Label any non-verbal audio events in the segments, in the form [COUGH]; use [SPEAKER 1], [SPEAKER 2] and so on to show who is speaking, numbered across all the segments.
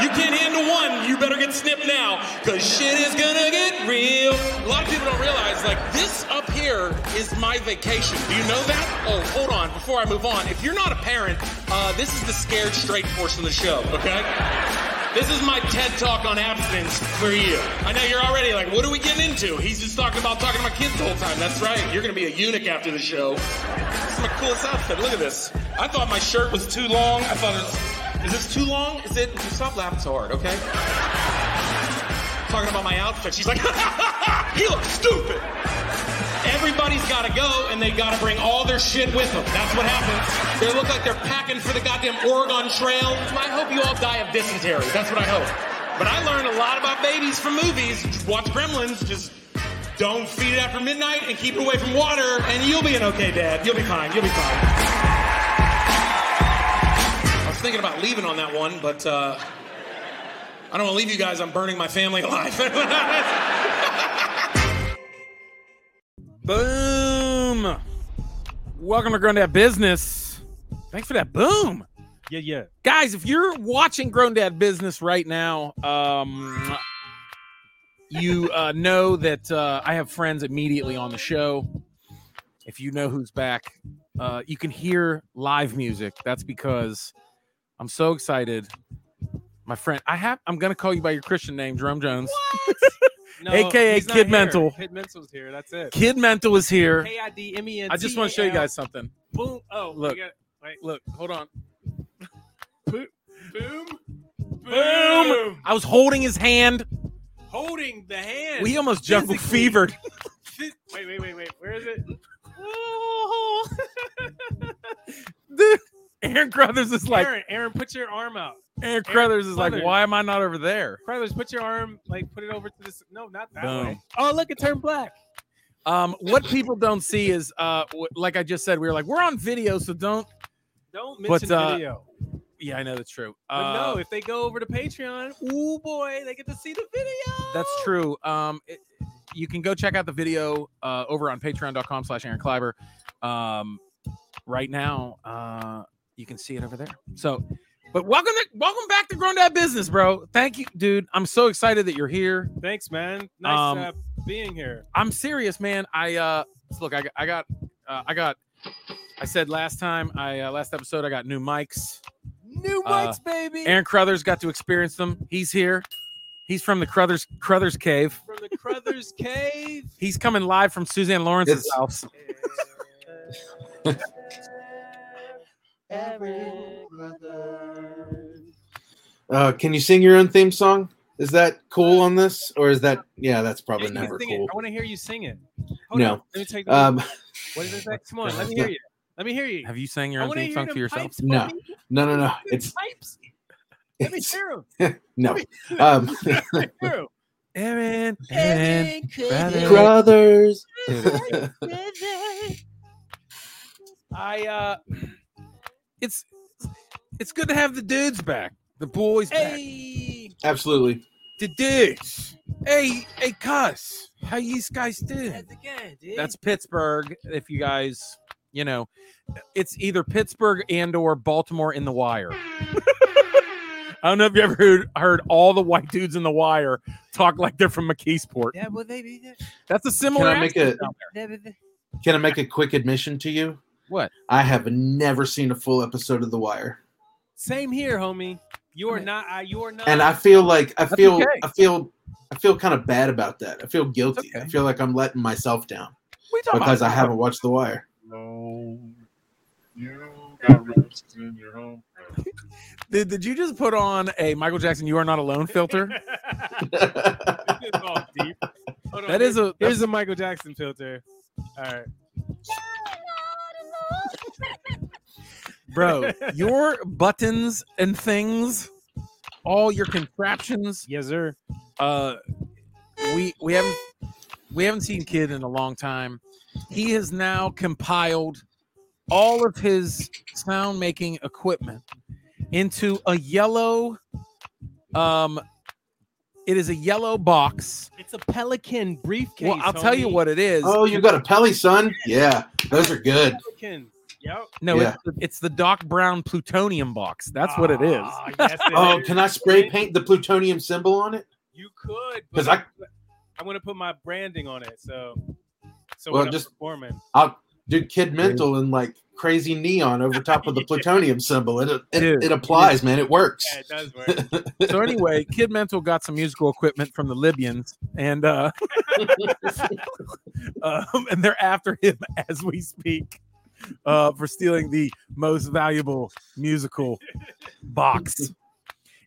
[SPEAKER 1] You can't handle one, you better get snipped now, because shit is gonna get real. A lot of people don't realize, like, this up here is my vacation. Do you know that? Oh, hold on, before I move on, if you're not a parent, uh, this is the scared straight portion of the show, okay? This is my TED talk on abstinence for you. I know you're already like, what are we getting into? He's just talking about talking to my kids the whole time. That's right. You're gonna be a eunuch after the show. This is my coolest outfit. Look at this. I thought my shirt was too long. I thought it was is this too long? Is it? Stop laughing so hard, okay? Talking about my outfit. She's like, [LAUGHS] he looks stupid. Everybody's got to go, and they got to bring all their shit with them. That's what happens. They look like they're packing for the goddamn Oregon Trail. I hope you all die of dysentery. That's what I hope. But I learned a lot about babies from movies. Just Watch Gremlins. Just don't feed it after midnight and keep it away from water, and you'll be an okay dad. You'll be fine. You'll be fine. I was thinking about leaving on that one, but uh, I don't want to leave you guys. I'm burning my family alive.
[SPEAKER 2] [LAUGHS] Boom. Welcome to Grown Dad Business. Thanks for that boom.
[SPEAKER 3] Yeah, yeah.
[SPEAKER 2] Guys, if you're watching Grown Dad Business right now, um, you uh, know that uh, I have friends immediately on the show. If you know who's back, uh, you can hear live music. That's because I'm so excited. My friend, I have. I'm gonna call you by your Christian name, Jerome Jones. [LAUGHS]
[SPEAKER 3] No,
[SPEAKER 2] AKA
[SPEAKER 3] he's not
[SPEAKER 2] Kid
[SPEAKER 3] here.
[SPEAKER 2] Mental.
[SPEAKER 3] Kid Mental's here. That's it.
[SPEAKER 2] Kid Mental is here.
[SPEAKER 3] K I D M E N.
[SPEAKER 2] I just want to show you guys something.
[SPEAKER 3] Boom. Oh, we
[SPEAKER 2] Look.
[SPEAKER 3] got- wait.
[SPEAKER 2] Look, hold on.
[SPEAKER 3] Boom.
[SPEAKER 2] Boom. I was holding his hand.
[SPEAKER 3] Holding the hand.
[SPEAKER 2] We almost jungle
[SPEAKER 3] Physically.
[SPEAKER 2] [LAUGHS] fevered.
[SPEAKER 3] Wait, wait, wait, wait. Where is it?
[SPEAKER 2] Aaron Crothers is like,
[SPEAKER 3] Aaron, Aaron, put your arm out.
[SPEAKER 2] Aaron Crothers is like,
[SPEAKER 3] Crothers.
[SPEAKER 2] why am I not over there?
[SPEAKER 3] Brothers, put your arm, like, put it over to this. No, not that
[SPEAKER 2] Boom.
[SPEAKER 3] way. Oh, look, it turned black.
[SPEAKER 2] Um, what people don't see is, uh, wh- like I just said, we were like, we're on video, so don't.
[SPEAKER 3] Don't
[SPEAKER 2] But,
[SPEAKER 3] mention
[SPEAKER 2] uh,
[SPEAKER 3] video.
[SPEAKER 2] Yeah, I know that's true.
[SPEAKER 3] But
[SPEAKER 2] Uh,
[SPEAKER 3] no, if they go over to Patreon, ooh boy, they get to see the video.
[SPEAKER 2] that's true. Um, it- you can go check out the video uh, over on patreon.com slash Aaron Kleiber. Um, right now, uh, you can see it over there. So, but welcome to, welcome back to Grown Dad Business, bro. Thank you, dude. I'm so excited that you're here.
[SPEAKER 3] Thanks, man. Nice
[SPEAKER 2] Um,
[SPEAKER 3] uh, being here.
[SPEAKER 2] I'm serious, man. I uh look, I, I got uh, I got I said last time, I uh, last episode I got new mics.
[SPEAKER 3] New
[SPEAKER 2] uh,
[SPEAKER 3] mics, baby.
[SPEAKER 2] Aaron Crothers got to experience them. He's here. He's from the Crothers Crothers Cave.
[SPEAKER 3] from the
[SPEAKER 2] [LAUGHS]
[SPEAKER 3] Crothers Cave.
[SPEAKER 2] He's coming live from Suzanne Lawrence's
[SPEAKER 4] It's-
[SPEAKER 2] house.
[SPEAKER 4] Uh, can you sing your own theme song? Is that cool on this, or is that yeah? That's probably
[SPEAKER 3] You can
[SPEAKER 4] never
[SPEAKER 3] sing
[SPEAKER 4] cool.
[SPEAKER 3] it. I want to hear you sing it.
[SPEAKER 4] No.
[SPEAKER 3] on. Let me take the
[SPEAKER 4] Um,
[SPEAKER 3] What is it? say? Come on. Let me hear you. Let me hear you.
[SPEAKER 2] Have you sang your
[SPEAKER 3] I
[SPEAKER 2] own
[SPEAKER 3] want to
[SPEAKER 2] theme
[SPEAKER 3] hear
[SPEAKER 2] song
[SPEAKER 3] them
[SPEAKER 2] to yourself?
[SPEAKER 3] pipes.
[SPEAKER 4] No.
[SPEAKER 3] buddy.
[SPEAKER 4] no, no, no.
[SPEAKER 3] Them
[SPEAKER 4] It's,
[SPEAKER 3] pipes. Let me
[SPEAKER 4] it's
[SPEAKER 3] hear 'em.
[SPEAKER 4] no.
[SPEAKER 3] [LAUGHS]
[SPEAKER 4] Um,
[SPEAKER 3] Hear 'em.
[SPEAKER 2] Aaron, Aaron. Brother.
[SPEAKER 4] brothers.
[SPEAKER 3] I [LAUGHS] uh
[SPEAKER 2] It's [LAUGHS] it's good to have the dudes back. The boys back.
[SPEAKER 3] hey
[SPEAKER 4] [LAUGHS] Absolutely.
[SPEAKER 2] The dudes. Hey, hey cuss. How you guys doing?
[SPEAKER 3] again, dude.
[SPEAKER 2] that's Pittsburgh. If you guys, you know, it's either Pittsburgh and or Baltimore in the Wire. I don't know if you ever heard, heard all the white dudes in the Wire talk like they're from McKeesport.
[SPEAKER 3] yeah, well, they be
[SPEAKER 2] That's a similar.
[SPEAKER 4] Can I make
[SPEAKER 2] accent
[SPEAKER 4] a-
[SPEAKER 2] down there.
[SPEAKER 4] Can I make a quick admission to you?
[SPEAKER 2] What?
[SPEAKER 4] I have never seen a full episode of The Wire,
[SPEAKER 3] Same here, homie. You are
[SPEAKER 2] Okay.
[SPEAKER 3] not. I. You are not. [LAUGHS]
[SPEAKER 4] and I feel like I
[SPEAKER 2] That's
[SPEAKER 4] feel
[SPEAKER 2] okay.
[SPEAKER 4] I feel I feel kind of bad about that. I feel guilty.
[SPEAKER 2] okay.
[SPEAKER 4] I feel like I'm letting myself
[SPEAKER 2] What
[SPEAKER 4] down
[SPEAKER 2] are you talking about?
[SPEAKER 4] because I haven't watched The Wire. [LAUGHS]
[SPEAKER 5] No, you got roaches in your home.
[SPEAKER 2] Did, did you just put on a Michael Jackson "You Are Not Alone"
[SPEAKER 3] [LAUGHS]
[SPEAKER 2] filter?
[SPEAKER 3] This is all deep. Hold on,
[SPEAKER 2] That is a.
[SPEAKER 3] Here's a Michael Jackson filter. All right.
[SPEAKER 2] [LAUGHS] bro. Your buttons and things, all your contraptions.
[SPEAKER 3] Yes, sir.
[SPEAKER 2] uh we we haven't we haven't seen kid in a long time he has now compiled all of his sound making equipment into a yellow um it is a yellow box
[SPEAKER 3] It's a pelican briefcase.
[SPEAKER 2] well i'll tell you
[SPEAKER 3] homie.
[SPEAKER 2] what it is
[SPEAKER 4] Oh, you got a Pelly, son? Yeah, those are good.
[SPEAKER 3] Pelican. Yep.
[SPEAKER 2] No,
[SPEAKER 4] Yeah.
[SPEAKER 2] it's, it's the Doc Brown plutonium box. That's what it is.
[SPEAKER 3] Ah, [LAUGHS] yes, it
[SPEAKER 4] Oh,
[SPEAKER 3] is.
[SPEAKER 4] can I spray paint the plutonium symbol on it?
[SPEAKER 3] You could,
[SPEAKER 4] 'Cause
[SPEAKER 3] but
[SPEAKER 4] I-
[SPEAKER 3] I, I'm gonna put my branding on it. So, so
[SPEAKER 4] Well,
[SPEAKER 3] when
[SPEAKER 4] just-
[SPEAKER 3] I'm performing,
[SPEAKER 4] Dude, Kid Mental and like crazy neon over top of
[SPEAKER 3] [LAUGHS]
[SPEAKER 4] the
[SPEAKER 3] Yeah.
[SPEAKER 4] plutonium symbol. It it,
[SPEAKER 2] Dude.
[SPEAKER 4] it applies, man. It works.
[SPEAKER 3] yeah, it does
[SPEAKER 2] [LAUGHS]
[SPEAKER 3] work.
[SPEAKER 2] So anyway, Kid Mental got some musical equipment from the Libyans, and uh, [LAUGHS] um, and they're after him [LAUGHS] as we speak uh, for stealing the most valuable musical box.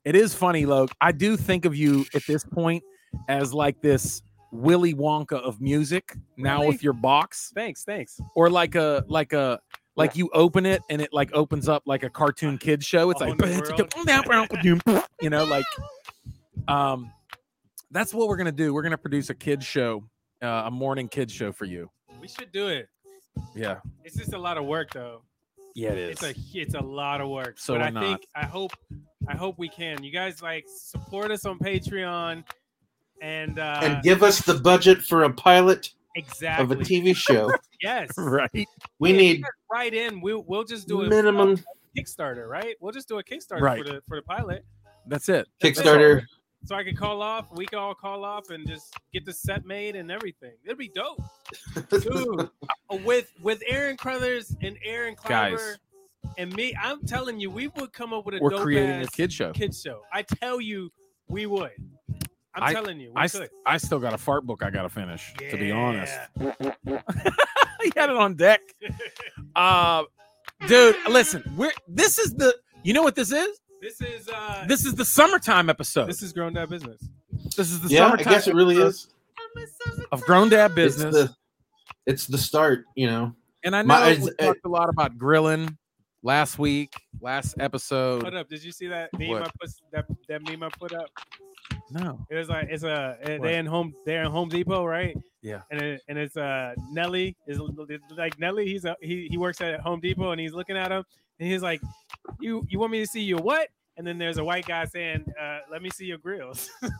[SPEAKER 2] It is funny, Loke. I do think of you at this point as like this Willy Wonka of music. Now
[SPEAKER 3] Really?
[SPEAKER 2] with your box,
[SPEAKER 3] thanks, thanks.
[SPEAKER 2] or like a like a like you open it and it like opens up like a cartoon kid show. It's
[SPEAKER 3] All
[SPEAKER 2] like
[SPEAKER 3] in the
[SPEAKER 2] [LAUGHS] you know, like um that's what we're gonna do. We're gonna produce a kids show, uh, a morning kids show for you.
[SPEAKER 3] We should do it.
[SPEAKER 2] Yeah.
[SPEAKER 3] It's just a lot of work, though.
[SPEAKER 2] Yeah, it
[SPEAKER 3] It's a it's a lot of work.
[SPEAKER 2] So
[SPEAKER 3] but I
[SPEAKER 2] we're
[SPEAKER 3] think I hope I hope we can. You guys like support us on Patreon, and uh,
[SPEAKER 4] and give us the budget for a pilot of
[SPEAKER 3] exactly
[SPEAKER 4] a TV show.
[SPEAKER 3] yes,
[SPEAKER 2] right.
[SPEAKER 4] We
[SPEAKER 3] Yeah,
[SPEAKER 4] need
[SPEAKER 3] right in. We'll we'll just do a [LAUGHS]
[SPEAKER 4] minimum
[SPEAKER 3] Kickstarter, right? We'll just do a Kickstarter
[SPEAKER 2] Right.
[SPEAKER 3] for the for the pilot.
[SPEAKER 2] That's it.
[SPEAKER 4] Kickstarter.
[SPEAKER 3] so I could call off. We could all call off and just get the set made and everything. It'd be dope, dude. uh, with with Aaron Crothers and Aaron Clyber
[SPEAKER 2] Guys.
[SPEAKER 3] and me, I'm telling you, we would come up with a
[SPEAKER 2] We're
[SPEAKER 3] dope
[SPEAKER 2] creating a
[SPEAKER 3] ass
[SPEAKER 2] kid show.
[SPEAKER 3] kid show. I tell you, we would. I'm
[SPEAKER 2] I-
[SPEAKER 3] telling you, we
[SPEAKER 2] I,
[SPEAKER 3] could. [LAUGHS]
[SPEAKER 2] st- I still got a fart book I gotta finish, to be honest.
[SPEAKER 3] Yeah.
[SPEAKER 2] [LAUGHS] he had it on deck. Uh dude, listen, we're this is the you know what this is?
[SPEAKER 3] this is uh, this,
[SPEAKER 2] This is the summertime episode. This,
[SPEAKER 3] is grown up business.
[SPEAKER 2] is the
[SPEAKER 4] [LAUGHS] Yeah, I
[SPEAKER 2] summertime
[SPEAKER 4] guess it really
[SPEAKER 2] episode
[SPEAKER 4] is.
[SPEAKER 2] of grown dad
[SPEAKER 4] It's
[SPEAKER 2] business.
[SPEAKER 4] the it's the start, you know.
[SPEAKER 2] and I know
[SPEAKER 4] my-
[SPEAKER 2] we
[SPEAKER 4] it's-
[SPEAKER 2] talked a lot about grilling last week, last episode.
[SPEAKER 3] Put up. Did you see that meme
[SPEAKER 2] What?
[SPEAKER 3] I put that, that meme I put up?
[SPEAKER 2] No.
[SPEAKER 3] It was like it's a
[SPEAKER 2] What?
[SPEAKER 3] they in home they're in Home Depot, right?
[SPEAKER 2] Yeah.
[SPEAKER 3] And it, and it's uh Nelly is like Nelly. He's a, he he works at Home Depot and he's looking at him and he's like, you you want me to see your what? And then there's a white guy saying, uh, "Let me see your grills." [LAUGHS]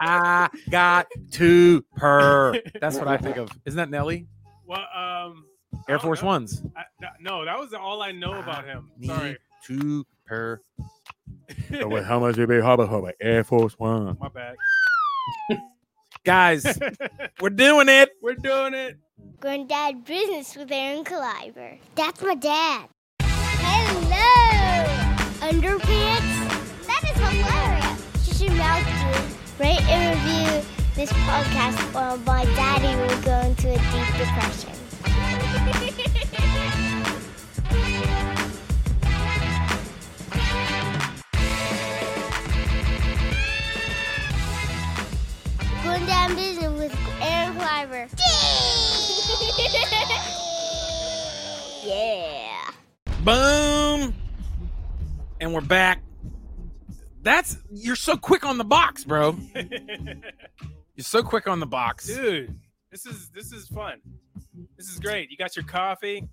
[SPEAKER 2] I got to purr. That's what I think of. Isn't that Nelly?
[SPEAKER 3] well, um, I
[SPEAKER 2] Air
[SPEAKER 3] don't
[SPEAKER 2] Force
[SPEAKER 3] know.
[SPEAKER 2] Ones.
[SPEAKER 3] I, no, that was all I
[SPEAKER 2] Ah,
[SPEAKER 3] know about him.
[SPEAKER 2] Need
[SPEAKER 3] Sorry,
[SPEAKER 2] to purr.
[SPEAKER 6] how much it be? Hubba Hubba Air Force One.
[SPEAKER 3] my bad. [LAUGHS]
[SPEAKER 2] Guys, we're doing it.
[SPEAKER 3] We're doing it. [LAUGHS]
[SPEAKER 7] Granddad Business with Aaron Caliber. That's my dad. Hello! Underpants? That is hilarious. Shut your mouth, dude. Rate and review this podcast or my daddy will go into a deep [LAUGHS] depression. Going down business with Aaron Clyber. [LAUGHS] yeah.
[SPEAKER 2] Boom. And we're back. That's you're so quick on the box, bro. You're so quick on the box. Dude,
[SPEAKER 3] dude. This is this is fun. This is great. You got your coffee.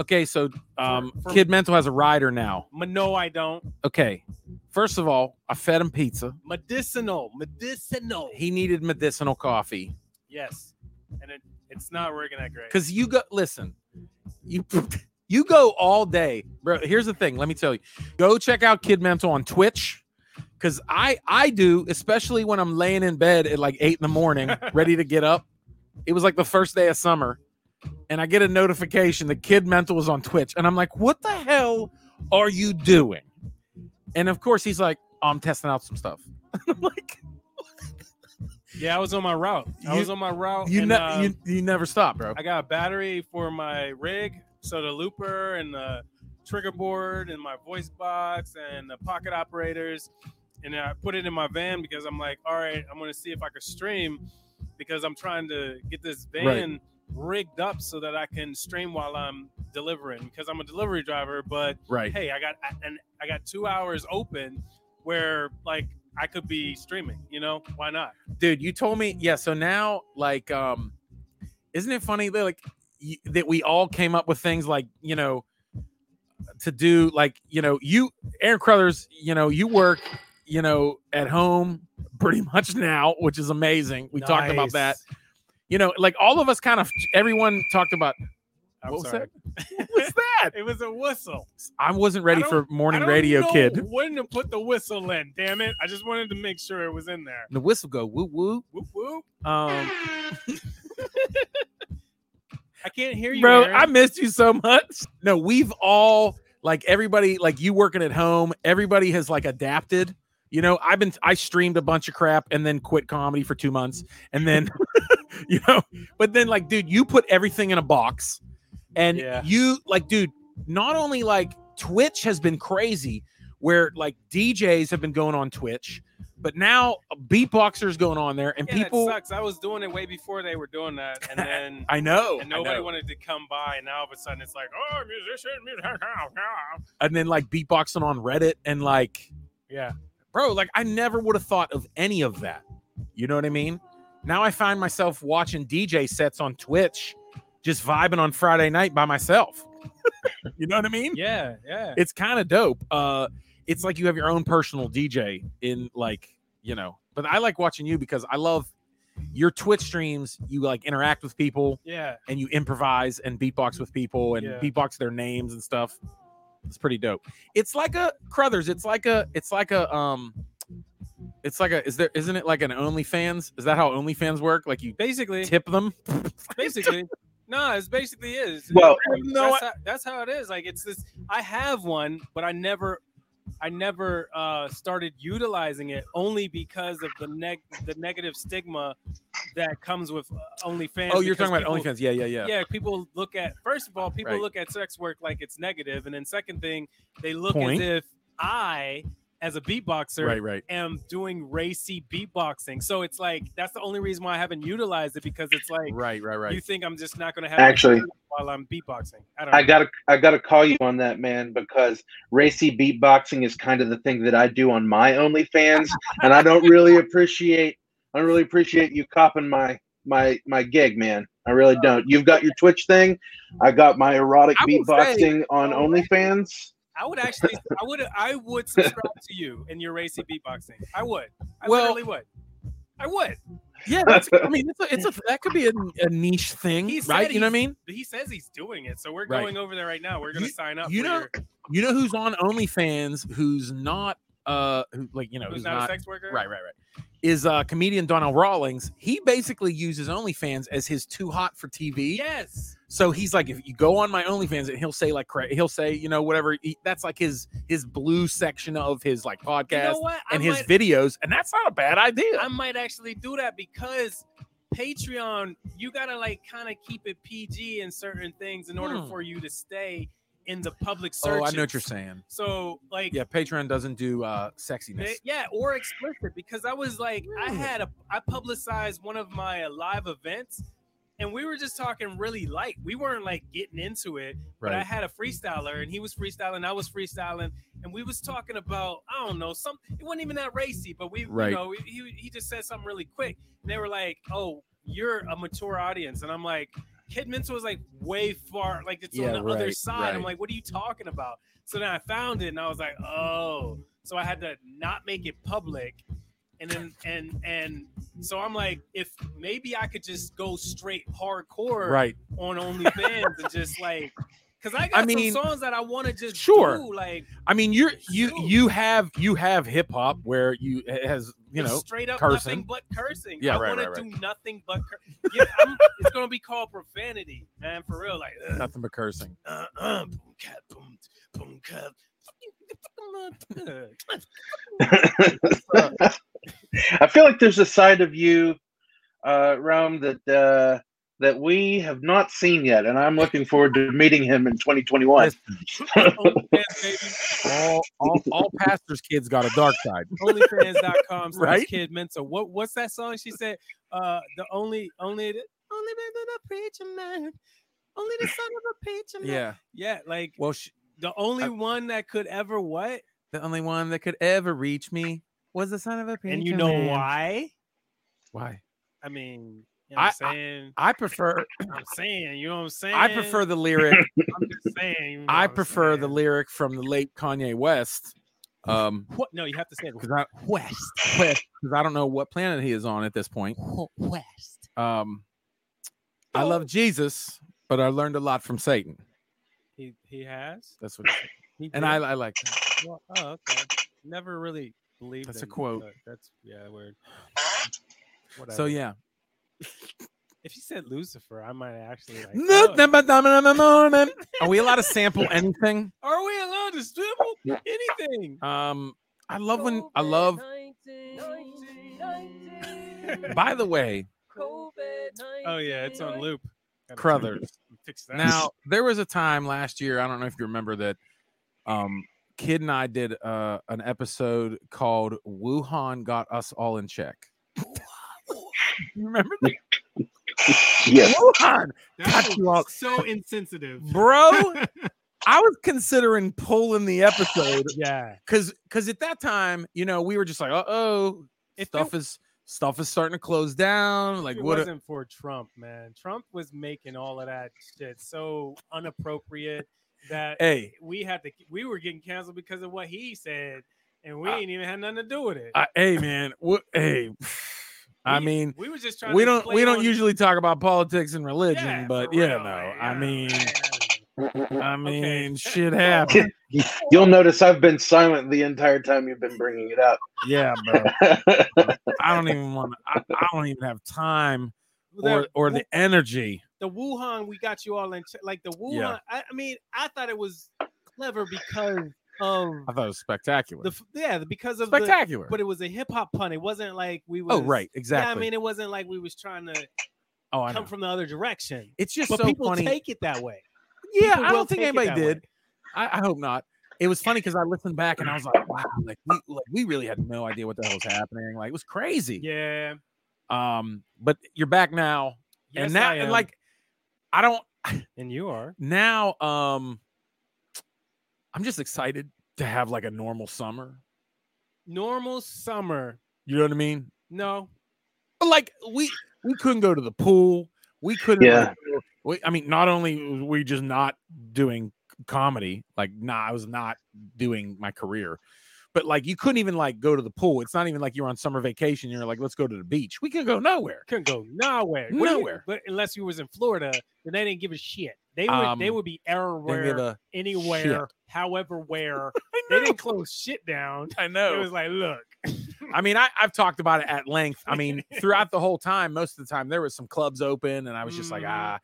[SPEAKER 2] Okay, so um
[SPEAKER 3] For- for-
[SPEAKER 2] Kid Mental has a rider now.
[SPEAKER 3] Ma- No, I don't.
[SPEAKER 2] Okay. First of all, I fed him pizza.
[SPEAKER 3] Medicinal, medicinal.
[SPEAKER 2] He needed medicinal coffee.
[SPEAKER 3] Yes, and it, it's not working that great.
[SPEAKER 2] Because you go, listen, you [LAUGHS] you go all day, bro. Here's the thing. Let me tell you. Go check out Kid Mental on Twitch. Cause I I do, especially when I'm laying in bed at like eight in the morning, ready to get up. It was like the first day of summer, and I get a notification that Kid Mental is on Twitch, and I'm like, "What the hell are you doing?" And of course, he's like, "Oh, "I'm testing out some stuff." [LAUGHS] I'm like,
[SPEAKER 3] yeah, I was on my route. I
[SPEAKER 2] You-
[SPEAKER 3] was on my route.
[SPEAKER 2] "You
[SPEAKER 3] and,
[SPEAKER 2] ne-
[SPEAKER 3] um,
[SPEAKER 2] you, you never stop, bro."
[SPEAKER 3] I got a battery for my rig, so the looper and the trigger board and my voice box and the pocket operators, and I put it in my van because I'm like, all right, I'm gonna see if I can stream because I'm trying to get this van rigged up so that I can stream while I'm delivering because I'm a delivery driver, but
[SPEAKER 2] right.
[SPEAKER 3] hey, I got and I got two hours open where like I could be streaming. You know, why not?
[SPEAKER 2] dude you told me yeah so now like um isn't it funny that like y- that we all came up with things like you know to do like you know you aaron Crothers, you know you work you [LAUGHS] know at home pretty much now which is amazing we talked about that you you know, like all of us kind of everyone talked about
[SPEAKER 3] I'm
[SPEAKER 2] what was
[SPEAKER 3] sorry.
[SPEAKER 2] that? What's that?
[SPEAKER 3] It was a whistle.
[SPEAKER 2] [LAUGHS] I wasn't ready
[SPEAKER 3] I
[SPEAKER 2] for
[SPEAKER 3] don't-
[SPEAKER 2] morning
[SPEAKER 3] I don't
[SPEAKER 2] radio,
[SPEAKER 3] know
[SPEAKER 2] kid.
[SPEAKER 3] When to put the whistle in? Damn it! I just wanted to make sure it was in there.
[SPEAKER 2] The whistle go whoop whoop.
[SPEAKER 3] Whoop whoop!
[SPEAKER 2] Um,
[SPEAKER 3] I can't hear you,
[SPEAKER 2] bro,
[SPEAKER 3] Aaron.
[SPEAKER 2] I missed you so much. No, we've all like everybody, like you working at home. Everybody has like adapted. You know, I've been I streamed a bunch of crap and then quit comedy for two months, and then [LAUGHS] you know, but then like, dude, you put everything in a box, and
[SPEAKER 3] Yeah.
[SPEAKER 2] you like, dude, not only like Twitch has been crazy, where like DJs have been going on Twitch, but now beatboxers going on there, and
[SPEAKER 3] Yeah, that
[SPEAKER 2] people.
[SPEAKER 3] sucks. I was doing it way before they were doing that,
[SPEAKER 2] [LAUGHS]
[SPEAKER 3] and then
[SPEAKER 2] I know.
[SPEAKER 3] and
[SPEAKER 2] Oh, I
[SPEAKER 3] nobody
[SPEAKER 2] know.
[SPEAKER 3] wanted to come by. And now all of a sudden it's like, oh, musician, [LAUGHS] musician,
[SPEAKER 2] and then like beatboxing on Reddit and like,
[SPEAKER 3] Yeah.
[SPEAKER 2] bro, like I never would have thought of any of that. You know what I mean? Now I find myself watching DJ sets on Twitch, just vibing on Friday night by myself. you know what I mean?
[SPEAKER 3] [LAUGHS] yeah, yeah.
[SPEAKER 2] It's kind of dope. Uh, it's like you have your own personal DJ in like, you know, but I like watching you because I love your Twitch streams. You like interact with people
[SPEAKER 3] Yeah,
[SPEAKER 2] and you improvise and beatbox with people and
[SPEAKER 3] Yeah.
[SPEAKER 2] beatbox their names and stuff. It's pretty dope. It's like a Crothers. It's like a. It's like a. Um. It's like a. Is there? Isn't it like an OnlyFans? Is that how OnlyFans work? Like you
[SPEAKER 3] basically,
[SPEAKER 2] tip them?
[SPEAKER 3] basically. No, it's basically is.
[SPEAKER 4] Well,
[SPEAKER 2] no,
[SPEAKER 3] that's, how, that's how it is. Like it's this. I have one, but I never, I never uh, started utilizing it only because of the neg the negative stigma that comes with uh, OnlyFans.
[SPEAKER 2] Oh, you're
[SPEAKER 3] because
[SPEAKER 2] talking about
[SPEAKER 3] people-
[SPEAKER 2] OnlyFans. Yeah, yeah, yeah.
[SPEAKER 3] yeah people look at first of all people
[SPEAKER 2] Right.
[SPEAKER 3] look at sex work like it's negative and then second thing they look
[SPEAKER 2] Point.
[SPEAKER 3] as if i as a beatboxer
[SPEAKER 2] right, right.
[SPEAKER 3] am doing racy beatboxing so it's like that's the only reason why i haven't utilized it because it's like
[SPEAKER 2] Right, right,
[SPEAKER 3] you
[SPEAKER 2] right.
[SPEAKER 3] think i'm just not going to have
[SPEAKER 4] Actually-
[SPEAKER 3] while i'm beatboxing i don't know
[SPEAKER 4] I gotta I gotta call you on that, man, because racy beatboxing is kind of the thing that I do on my OnlyFans, and I don't
[SPEAKER 2] [LAUGHS]
[SPEAKER 4] really appreciate I don't really appreciate you copping my my my gig, man. I really don't. You've got your Twitch thing. I got my erotic
[SPEAKER 2] I will say-
[SPEAKER 4] beatboxing on
[SPEAKER 3] Oh,
[SPEAKER 4] OnlyFans.
[SPEAKER 3] i would actually i would i would subscribe to you and your racy beatboxing i would i
[SPEAKER 2] Well-
[SPEAKER 3] literally would I would.
[SPEAKER 2] Yeah,
[SPEAKER 3] [LAUGHS]
[SPEAKER 2] that's, I mean, it's a, it's a that could be a, a niche thing,
[SPEAKER 3] He said
[SPEAKER 2] right? You know what I mean?
[SPEAKER 3] But he says he's doing it, so we're
[SPEAKER 2] Right.
[SPEAKER 3] going over there right now. We're going to
[SPEAKER 2] You-
[SPEAKER 3] sign up.
[SPEAKER 2] you
[SPEAKER 3] for
[SPEAKER 2] know-
[SPEAKER 3] your-
[SPEAKER 2] You know who's on OnlyFans? Who's not? Uh, who, like you know
[SPEAKER 3] who's
[SPEAKER 2] who's
[SPEAKER 3] not, a
[SPEAKER 2] not
[SPEAKER 3] sex worker?
[SPEAKER 2] Right, right, right. Is uh, comedian Donald Rawlings. He basically uses OnlyFans as his too hot for TV.
[SPEAKER 3] Yes.
[SPEAKER 2] So he's like, if you go on my OnlyFans, and he'll say like, cra- he'll say, you know, whatever. He, that's like his his blue section of his like
[SPEAKER 3] You
[SPEAKER 2] podcast
[SPEAKER 3] know what? I
[SPEAKER 2] and his
[SPEAKER 3] might-
[SPEAKER 2] videos, and that's not a bad idea.
[SPEAKER 3] I might actually do that because Patreon, you gotta like kind of keep it PG in certain things in order
[SPEAKER 2] Hmm.
[SPEAKER 3] for you to stay in the public search.
[SPEAKER 2] oh, I know what you're saying.
[SPEAKER 3] So like,
[SPEAKER 2] Yeah, Patreon doesn't do uh sexiness.
[SPEAKER 3] they- yeah, or explicit because I was like, I had a, I publicized one of my live events. And we were just talking really light. We weren't like getting into it, but I
[SPEAKER 2] right.
[SPEAKER 3] had a freestyler and he was freestyling, I was freestyling, and we was talking about I don't know some. It wasn't even that racy, but we
[SPEAKER 2] Right.
[SPEAKER 3] you know he- he he just said something really quick, and they were like, "Oh, you're a mature audience," and I'm like, "Kid Mental is like way far, like it's on
[SPEAKER 2] Yeah,
[SPEAKER 3] the other
[SPEAKER 2] right,
[SPEAKER 3] side." I'm
[SPEAKER 2] right.
[SPEAKER 3] like, "What are you talking about?" So then I found it and I was like, "Oh," so I had to not make it public. And then and and so I'm like, if maybe I could just go straight hardcore,
[SPEAKER 2] Right.
[SPEAKER 3] on OnlyFans and just like, cause I got
[SPEAKER 2] mean,
[SPEAKER 3] some songs that I want to just
[SPEAKER 2] sure.
[SPEAKER 3] do, like
[SPEAKER 2] I mean, you're you
[SPEAKER 3] Shoot.
[SPEAKER 2] you have you have hip hop where you it has you
[SPEAKER 3] just
[SPEAKER 2] know
[SPEAKER 3] straight up
[SPEAKER 2] cursing.
[SPEAKER 3] nothing but cursing.
[SPEAKER 2] Yeah,
[SPEAKER 3] I
[SPEAKER 2] right,
[SPEAKER 3] want
[SPEAKER 2] right,
[SPEAKER 3] to
[SPEAKER 2] right.
[SPEAKER 3] do nothing but cur- yeah, I'm, it's gonna be called profanity, man, for real. Like, uh,
[SPEAKER 2] nothing but cursing.
[SPEAKER 3] uh, uh, boom, cat, boom, boom, cat. fucking- fucking, uh, uh,
[SPEAKER 4] [LAUGHS] I feel like there's a side of you, uh, Rome, that uh, that we have not seen yet, and I'm looking forward to meeting him in 2021.
[SPEAKER 3] OnlyFans,
[SPEAKER 2] All all, all pastors' kids got a dark side.
[SPEAKER 3] baby. OnlyFans.com slash
[SPEAKER 2] Right?
[SPEAKER 3] kid mental. What what's that song she said? Uh the only only the only baby the preacher man. Only the son of a preacher man.
[SPEAKER 2] Yeah.
[SPEAKER 3] Yeah, like
[SPEAKER 2] Well, she,
[SPEAKER 3] The only
[SPEAKER 2] I-
[SPEAKER 3] one that could ever what?
[SPEAKER 2] The only one that could ever reach me was the son of a
[SPEAKER 3] And you know why?
[SPEAKER 2] Why?
[SPEAKER 3] I mean, you know what
[SPEAKER 2] I-
[SPEAKER 3] I'm saying?
[SPEAKER 2] I
[SPEAKER 3] [LAUGHS]
[SPEAKER 2] prefer
[SPEAKER 3] I, am saying, you know what I'm saying?
[SPEAKER 2] I prefer the
[SPEAKER 3] [LAUGHS]
[SPEAKER 2] lyric
[SPEAKER 3] I'm just saying. you know
[SPEAKER 2] I
[SPEAKER 3] what I'm
[SPEAKER 2] prefer the
[SPEAKER 3] saying.
[SPEAKER 2] lyric from the late Kanye West. Um
[SPEAKER 3] What? No, you have to say
[SPEAKER 2] because I
[SPEAKER 8] West,
[SPEAKER 2] because I don't know what planet he is on at this point.
[SPEAKER 8] West,
[SPEAKER 2] Um I love Jesus, but I learned a lot from Satan.
[SPEAKER 3] He he has.
[SPEAKER 2] That's what. it said.
[SPEAKER 3] He
[SPEAKER 2] And I, I like that.
[SPEAKER 3] did. Well, oh, okay. Never really believed.
[SPEAKER 2] That's a
[SPEAKER 3] in,
[SPEAKER 2] quote.
[SPEAKER 3] but That's yeah, weird.
[SPEAKER 2] So
[SPEAKER 3] Whatever.
[SPEAKER 2] yeah.
[SPEAKER 3] if you said Lucifer, I might actually like.
[SPEAKER 2] No,
[SPEAKER 3] [LAUGHS] oh,
[SPEAKER 2] no, but no, no, no, no, no. Are we allowed to sample anything?
[SPEAKER 3] are we allowed to stumble
[SPEAKER 2] [LAUGHS]
[SPEAKER 3] anything?
[SPEAKER 2] Um, I love when I love. By the way,
[SPEAKER 3] Oh yeah, it's on loop. Gotta
[SPEAKER 2] Crothers.
[SPEAKER 3] Fix that.
[SPEAKER 2] Now there was a time last year. I don't know if you remember that. Um, Kid and I did uh, an episode called "Wuhan Got Us All in Check." [LAUGHS] you remember that? [LAUGHS]
[SPEAKER 4] Yes.
[SPEAKER 2] Wuhan,
[SPEAKER 5] That
[SPEAKER 2] Cut you
[SPEAKER 5] was
[SPEAKER 2] off.
[SPEAKER 5] so insensitive.
[SPEAKER 2] bro. [LAUGHS] I was considering pulling the episode
[SPEAKER 3] yeah,
[SPEAKER 2] because because at that time, you know, we were just like, uh oh,
[SPEAKER 3] If it-
[SPEAKER 2] stuff is stuff is starting to close down. Like
[SPEAKER 3] it
[SPEAKER 2] what? a-
[SPEAKER 3] wasn't for Trump, man. Trump was making all of that shit so unappropriate that
[SPEAKER 2] hey,
[SPEAKER 3] we had to. We were getting canceled because of what he said, and we
[SPEAKER 2] I-
[SPEAKER 3] ain't even had nothing to do with it.
[SPEAKER 2] I, hey man, what? Hey, [SIGHS] I
[SPEAKER 3] We-
[SPEAKER 2] mean,
[SPEAKER 3] we were just trying.
[SPEAKER 2] we
[SPEAKER 3] to
[SPEAKER 2] don't
[SPEAKER 3] play
[SPEAKER 2] we don't
[SPEAKER 3] on-
[SPEAKER 2] usually talk about politics and religion,
[SPEAKER 3] Yeah,
[SPEAKER 2] but
[SPEAKER 3] for
[SPEAKER 2] you
[SPEAKER 3] real,
[SPEAKER 2] know,
[SPEAKER 3] like,
[SPEAKER 2] I
[SPEAKER 3] yeah, [LAUGHS]
[SPEAKER 2] mean, I mean, shit
[SPEAKER 3] Go on.
[SPEAKER 2] happens.
[SPEAKER 4] You'll notice I've been silent the entire time you've been bringing it up.
[SPEAKER 2] yeah, bro. I don't even want. I, I don't even have time or
[SPEAKER 3] That
[SPEAKER 2] or
[SPEAKER 3] Wu-
[SPEAKER 2] the energy.
[SPEAKER 3] the Wuhan, we got you all in check. Like the Wuhan,
[SPEAKER 2] Yeah.
[SPEAKER 3] I, I mean, I thought it was clever because of
[SPEAKER 2] I thought it was spectacular.
[SPEAKER 3] the f- yeah, because of the
[SPEAKER 2] spectacular.
[SPEAKER 3] but it was a hip hop pun. It wasn't like we was
[SPEAKER 2] oh right, exactly.
[SPEAKER 3] Yeah, I mean, it wasn't like we was trying to
[SPEAKER 2] oh, I
[SPEAKER 3] come
[SPEAKER 2] know.
[SPEAKER 3] from the other direction.
[SPEAKER 2] It's just
[SPEAKER 3] But
[SPEAKER 2] so
[SPEAKER 3] people
[SPEAKER 2] funny.
[SPEAKER 3] take it that way.
[SPEAKER 2] yeah,
[SPEAKER 3] People
[SPEAKER 2] I
[SPEAKER 3] will
[SPEAKER 2] don't think
[SPEAKER 3] take it
[SPEAKER 2] anybody
[SPEAKER 3] that way.
[SPEAKER 2] did. I, I hope not. It was funny because I listened back and I was like, wow, like we like we really had no idea what the hell was happening. Like it was crazy.
[SPEAKER 3] Yeah,
[SPEAKER 2] Um, but you're back now,
[SPEAKER 3] Yes,
[SPEAKER 2] and now
[SPEAKER 3] I
[SPEAKER 2] and
[SPEAKER 3] am.
[SPEAKER 2] like I don't
[SPEAKER 3] and you are.
[SPEAKER 2] now. Um, I'm just excited to have like a normal summer.
[SPEAKER 3] Normal summer.
[SPEAKER 2] You know what I mean?
[SPEAKER 3] No,
[SPEAKER 2] But like we we couldn't go to the pool. We couldn't.
[SPEAKER 4] Yeah.
[SPEAKER 2] like, go- we, I mean, not only was we just not doing comedy, like nah, I was not doing my career. But like you couldn't even like go to the pool. It's not even like you're on summer vacation. You're like, let's go to the beach. We could go nowhere.
[SPEAKER 3] couldn't go nowhere. What do you-
[SPEAKER 2] Nowhere.
[SPEAKER 3] but unless you was in Florida, then they didn't give a shit. They would they
[SPEAKER 2] Um,
[SPEAKER 3] would be
[SPEAKER 2] Didn't
[SPEAKER 3] everywhere,
[SPEAKER 2] give a-
[SPEAKER 3] anywhere,
[SPEAKER 2] shit.
[SPEAKER 3] however,
[SPEAKER 2] [LAUGHS]
[SPEAKER 3] where.
[SPEAKER 2] I
[SPEAKER 3] they
[SPEAKER 2] know.
[SPEAKER 3] didn't close
[SPEAKER 2] [LAUGHS]
[SPEAKER 3] shit down.
[SPEAKER 2] I know.
[SPEAKER 3] It was like, look,
[SPEAKER 2] I mean, I, I've talked about it at length. I mean, throughout the
[SPEAKER 3] [LAUGHS]
[SPEAKER 2] whole time, most of the time, there was some clubs open, and I was just like,
[SPEAKER 3] Mhm.
[SPEAKER 2] ah,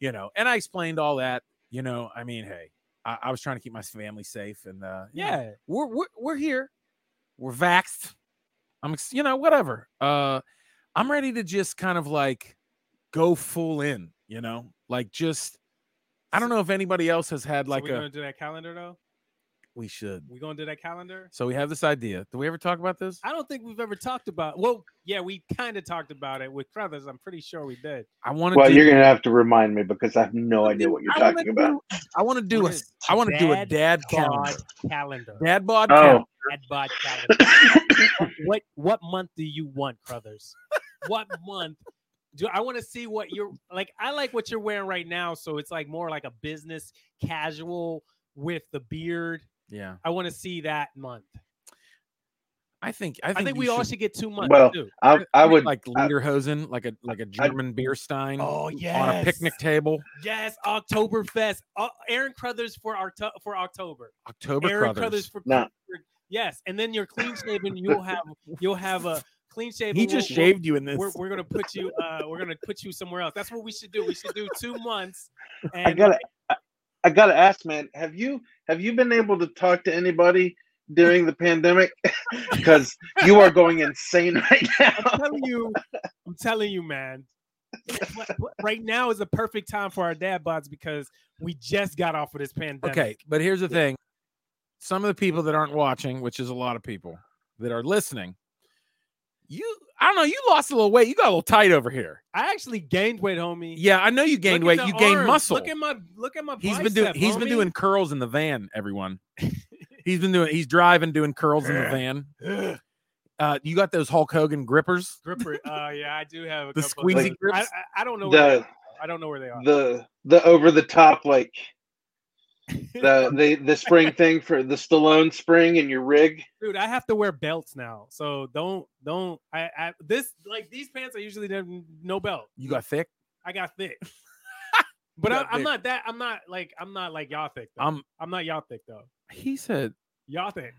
[SPEAKER 2] you know. And I explained all that. You know, I mean, hey, I, I was trying to keep my family safe, and uh, you know,
[SPEAKER 3] yeah,
[SPEAKER 2] we're we're, we're here, we're vaxxed. I'm, ex- you know, whatever. Uh, I'm ready to just kind of like go full in. You know, like just. I don't know if anybody else has had
[SPEAKER 3] like
[SPEAKER 2] like
[SPEAKER 3] we're
[SPEAKER 2] a.
[SPEAKER 3] gonna do that calendar though.
[SPEAKER 2] we should.
[SPEAKER 3] We gonna do that calendar.
[SPEAKER 2] So we have this idea. Do we ever talk about this?
[SPEAKER 3] I don't think we've ever talked about. Well, yeah, we kind of talked about it with Crothers. I'm pretty sure we did.
[SPEAKER 2] I want to.
[SPEAKER 4] Well,
[SPEAKER 2] do,
[SPEAKER 4] you're gonna have to remind me because I have no idea what you're
[SPEAKER 2] I wanna
[SPEAKER 4] talking about.
[SPEAKER 2] do- I want to do a.
[SPEAKER 3] What is
[SPEAKER 2] I want to do a
[SPEAKER 3] dad
[SPEAKER 2] dad
[SPEAKER 3] Bod
[SPEAKER 2] calendar.
[SPEAKER 3] calendar.
[SPEAKER 2] Dad bod.
[SPEAKER 4] Oh,
[SPEAKER 2] calendar.
[SPEAKER 3] Dad bod [LAUGHS] calendar.
[SPEAKER 2] [COUGHS]
[SPEAKER 3] what what month do you want, Crothers? What month? Do I want to see what you're like? I like what you're wearing right now, so it's like more like a business casual with the beard.
[SPEAKER 2] Yeah,
[SPEAKER 3] I want to see that month.
[SPEAKER 2] I think. I
[SPEAKER 3] I
[SPEAKER 2] think,
[SPEAKER 3] think
[SPEAKER 2] you
[SPEAKER 3] we all
[SPEAKER 2] should.
[SPEAKER 3] should get two months.
[SPEAKER 4] Well,
[SPEAKER 3] too.
[SPEAKER 4] I, I
[SPEAKER 2] make,
[SPEAKER 4] would
[SPEAKER 2] like
[SPEAKER 4] I-
[SPEAKER 2] lederhosen, like a like a German beer stein
[SPEAKER 3] Oh
[SPEAKER 2] on a
[SPEAKER 3] yes.
[SPEAKER 2] picnic table.
[SPEAKER 3] Yes, Oktoberfest. Uh, Aaron Crothers for our for October.
[SPEAKER 2] October
[SPEAKER 3] Aaron
[SPEAKER 2] Crothers.
[SPEAKER 3] Crothers for
[SPEAKER 4] No.
[SPEAKER 3] for- yes, and then you're clean shaven. You'll have you'll have a clean shaven.
[SPEAKER 2] He just
[SPEAKER 3] we'll- we'll-
[SPEAKER 2] shaved you in this.
[SPEAKER 3] We're, we're gonna
[SPEAKER 2] [LAUGHS]
[SPEAKER 3] put you. Uh, we're gonna put you somewhere else. That's what we should do. We should do two
[SPEAKER 2] [LAUGHS]
[SPEAKER 3] months. And
[SPEAKER 4] I gotta I, I gotta ask, man, have you have you been able to talk to anybody during the pandemic? [LAUGHS] Because you are going insane right
[SPEAKER 3] I'm
[SPEAKER 4] now.
[SPEAKER 3] telling you, I'm telling you, man. But- but Right now is the perfect time for our dad bods because we just got off of this pandemic.
[SPEAKER 2] okay, but here's the thing: some of the people that aren't watching, which is a lot of people that are listening, you. I don't know. You lost a little weight. You got a little tight over here.
[SPEAKER 3] I actually gained weight, homie.
[SPEAKER 2] Yeah, I know you
[SPEAKER 3] Look
[SPEAKER 2] gained
[SPEAKER 3] at
[SPEAKER 2] weight.
[SPEAKER 3] the
[SPEAKER 2] You gained
[SPEAKER 3] arms.
[SPEAKER 2] muscle.
[SPEAKER 3] Look at my look at my.
[SPEAKER 2] He's been doing
[SPEAKER 3] bicep,
[SPEAKER 2] he's been
[SPEAKER 3] homie.
[SPEAKER 2] doing curls in the van,
[SPEAKER 3] [LAUGHS]
[SPEAKER 2] everyone. he's been doing he's driving doing curls in the van. Uh you got those Hulk Hogan grippers.
[SPEAKER 3] gripper. Uh, yeah, I do have a
[SPEAKER 2] The
[SPEAKER 3] couple of
[SPEAKER 2] squeezy
[SPEAKER 3] those.
[SPEAKER 2] grips?
[SPEAKER 3] I, I, I don't know. Where they
[SPEAKER 4] the
[SPEAKER 3] are. I don't know where they are.
[SPEAKER 4] the the over the top like the the the spring thing for the Stallone spring in your rig.
[SPEAKER 3] [LAUGHS] Dude, I have to wear belts now, so don't don't. I, I this like these pants. I usually have no belt.
[SPEAKER 2] You got thick.
[SPEAKER 3] I got thick. but
[SPEAKER 2] You
[SPEAKER 3] I,
[SPEAKER 2] got
[SPEAKER 3] I'm
[SPEAKER 2] thick.
[SPEAKER 3] not that. I'm not like I'm not like y'all thick. Though.
[SPEAKER 2] Um,
[SPEAKER 3] I'm not y'all thick though.
[SPEAKER 2] he said,
[SPEAKER 3] Y'all thick.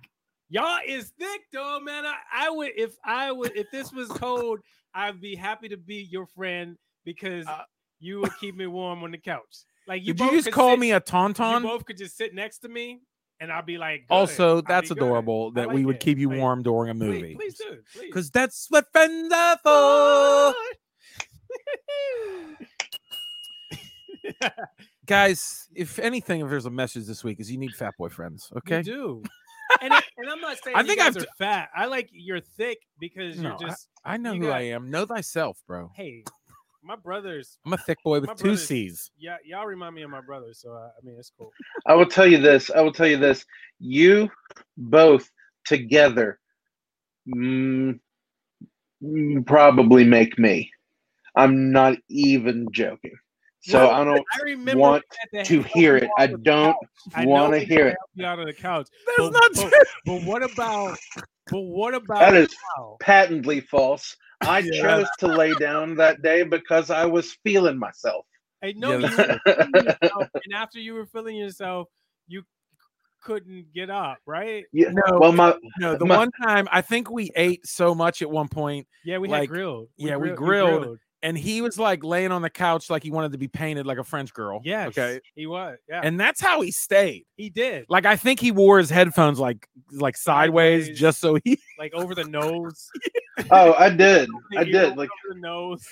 [SPEAKER 3] Y'all is thick though, man. I, I would if I would if this was cold, I'd be happy to be your friend because
[SPEAKER 2] Uh,
[SPEAKER 3] you would keep me warm on the couch. Like you
[SPEAKER 2] "Did you
[SPEAKER 3] both
[SPEAKER 2] just
[SPEAKER 3] could
[SPEAKER 2] call
[SPEAKER 3] sit-
[SPEAKER 2] me a
[SPEAKER 3] You
[SPEAKER 2] tauntaun?"
[SPEAKER 3] both could just sit next to me, and I'll be like. good.
[SPEAKER 2] also,
[SPEAKER 3] I'll be
[SPEAKER 2] that's
[SPEAKER 3] good.
[SPEAKER 2] adorable
[SPEAKER 3] I
[SPEAKER 2] that
[SPEAKER 3] like
[SPEAKER 2] we would
[SPEAKER 3] it.
[SPEAKER 2] keep you
[SPEAKER 3] Like,
[SPEAKER 2] warm during a
[SPEAKER 3] please-
[SPEAKER 2] movie.
[SPEAKER 3] Please, do. Please. [LAUGHS]
[SPEAKER 2] Because that's what friends are for. Guys, if anything, if there's a message this week, is you need fat boy friends.
[SPEAKER 3] You
[SPEAKER 2] Okay.
[SPEAKER 3] do. and, I, and I'm not
[SPEAKER 2] [LAUGHS]
[SPEAKER 3] saying
[SPEAKER 2] I
[SPEAKER 3] you
[SPEAKER 2] think
[SPEAKER 3] guys
[SPEAKER 2] I've
[SPEAKER 3] are fat. I like you're thick because
[SPEAKER 2] No,
[SPEAKER 3] you're just
[SPEAKER 2] I know
[SPEAKER 3] You
[SPEAKER 2] who
[SPEAKER 3] got-
[SPEAKER 2] I am. Know thyself, bro.
[SPEAKER 3] hey, my brothers.
[SPEAKER 2] I'm a thick boy
[SPEAKER 3] My
[SPEAKER 2] with two
[SPEAKER 3] brother's-
[SPEAKER 2] C's.
[SPEAKER 3] Yeah, y'all remind me of my brothers, so uh, I, I mean it's cool.
[SPEAKER 4] I will tell you this. I will tell you this. You both together mm, mm, probably make me. I'm not even joking. So
[SPEAKER 3] Well,
[SPEAKER 4] I don't
[SPEAKER 3] I remember
[SPEAKER 4] want
[SPEAKER 3] we had
[SPEAKER 4] to
[SPEAKER 3] help
[SPEAKER 4] hear
[SPEAKER 3] you
[SPEAKER 4] it.
[SPEAKER 3] out
[SPEAKER 4] I
[SPEAKER 3] of the
[SPEAKER 4] don't
[SPEAKER 3] couch. I know
[SPEAKER 4] want to
[SPEAKER 3] we
[SPEAKER 4] hear it.
[SPEAKER 3] helped you out of the couch.
[SPEAKER 2] That's
[SPEAKER 3] But-
[SPEAKER 2] not
[SPEAKER 3] but-
[SPEAKER 2] true.
[SPEAKER 3] But what about? But what about?
[SPEAKER 4] That is
[SPEAKER 3] now?
[SPEAKER 4] patently false. I
[SPEAKER 3] Yeah.
[SPEAKER 4] chose to lay down that day because I was feeling myself.
[SPEAKER 3] I know
[SPEAKER 2] Yeah,
[SPEAKER 3] you were feeling yourself, and after you were feeling yourself, you couldn't get up, right?
[SPEAKER 4] Yeah.
[SPEAKER 2] No,
[SPEAKER 4] Well, my
[SPEAKER 2] no. The
[SPEAKER 4] my-
[SPEAKER 2] one time I think we ate so much at one point,
[SPEAKER 3] Yeah, we
[SPEAKER 2] Like,
[SPEAKER 3] had grilled.
[SPEAKER 2] yeah, we grilled. and he was like laying on the couch like he wanted to be painted like a French girl.
[SPEAKER 3] Yes,
[SPEAKER 2] Okay.
[SPEAKER 3] he was. Yeah,
[SPEAKER 2] And that's how he stayed.
[SPEAKER 3] he did.
[SPEAKER 2] Like I think he wore his headphones like like sideways,
[SPEAKER 3] Sideways.
[SPEAKER 2] just so he. [LAUGHS]
[SPEAKER 3] Like over the nose.
[SPEAKER 4] oh,
[SPEAKER 3] [LAUGHS]
[SPEAKER 4] I did.
[SPEAKER 3] the
[SPEAKER 4] I
[SPEAKER 3] ear,
[SPEAKER 4] did. Like
[SPEAKER 3] over the nose.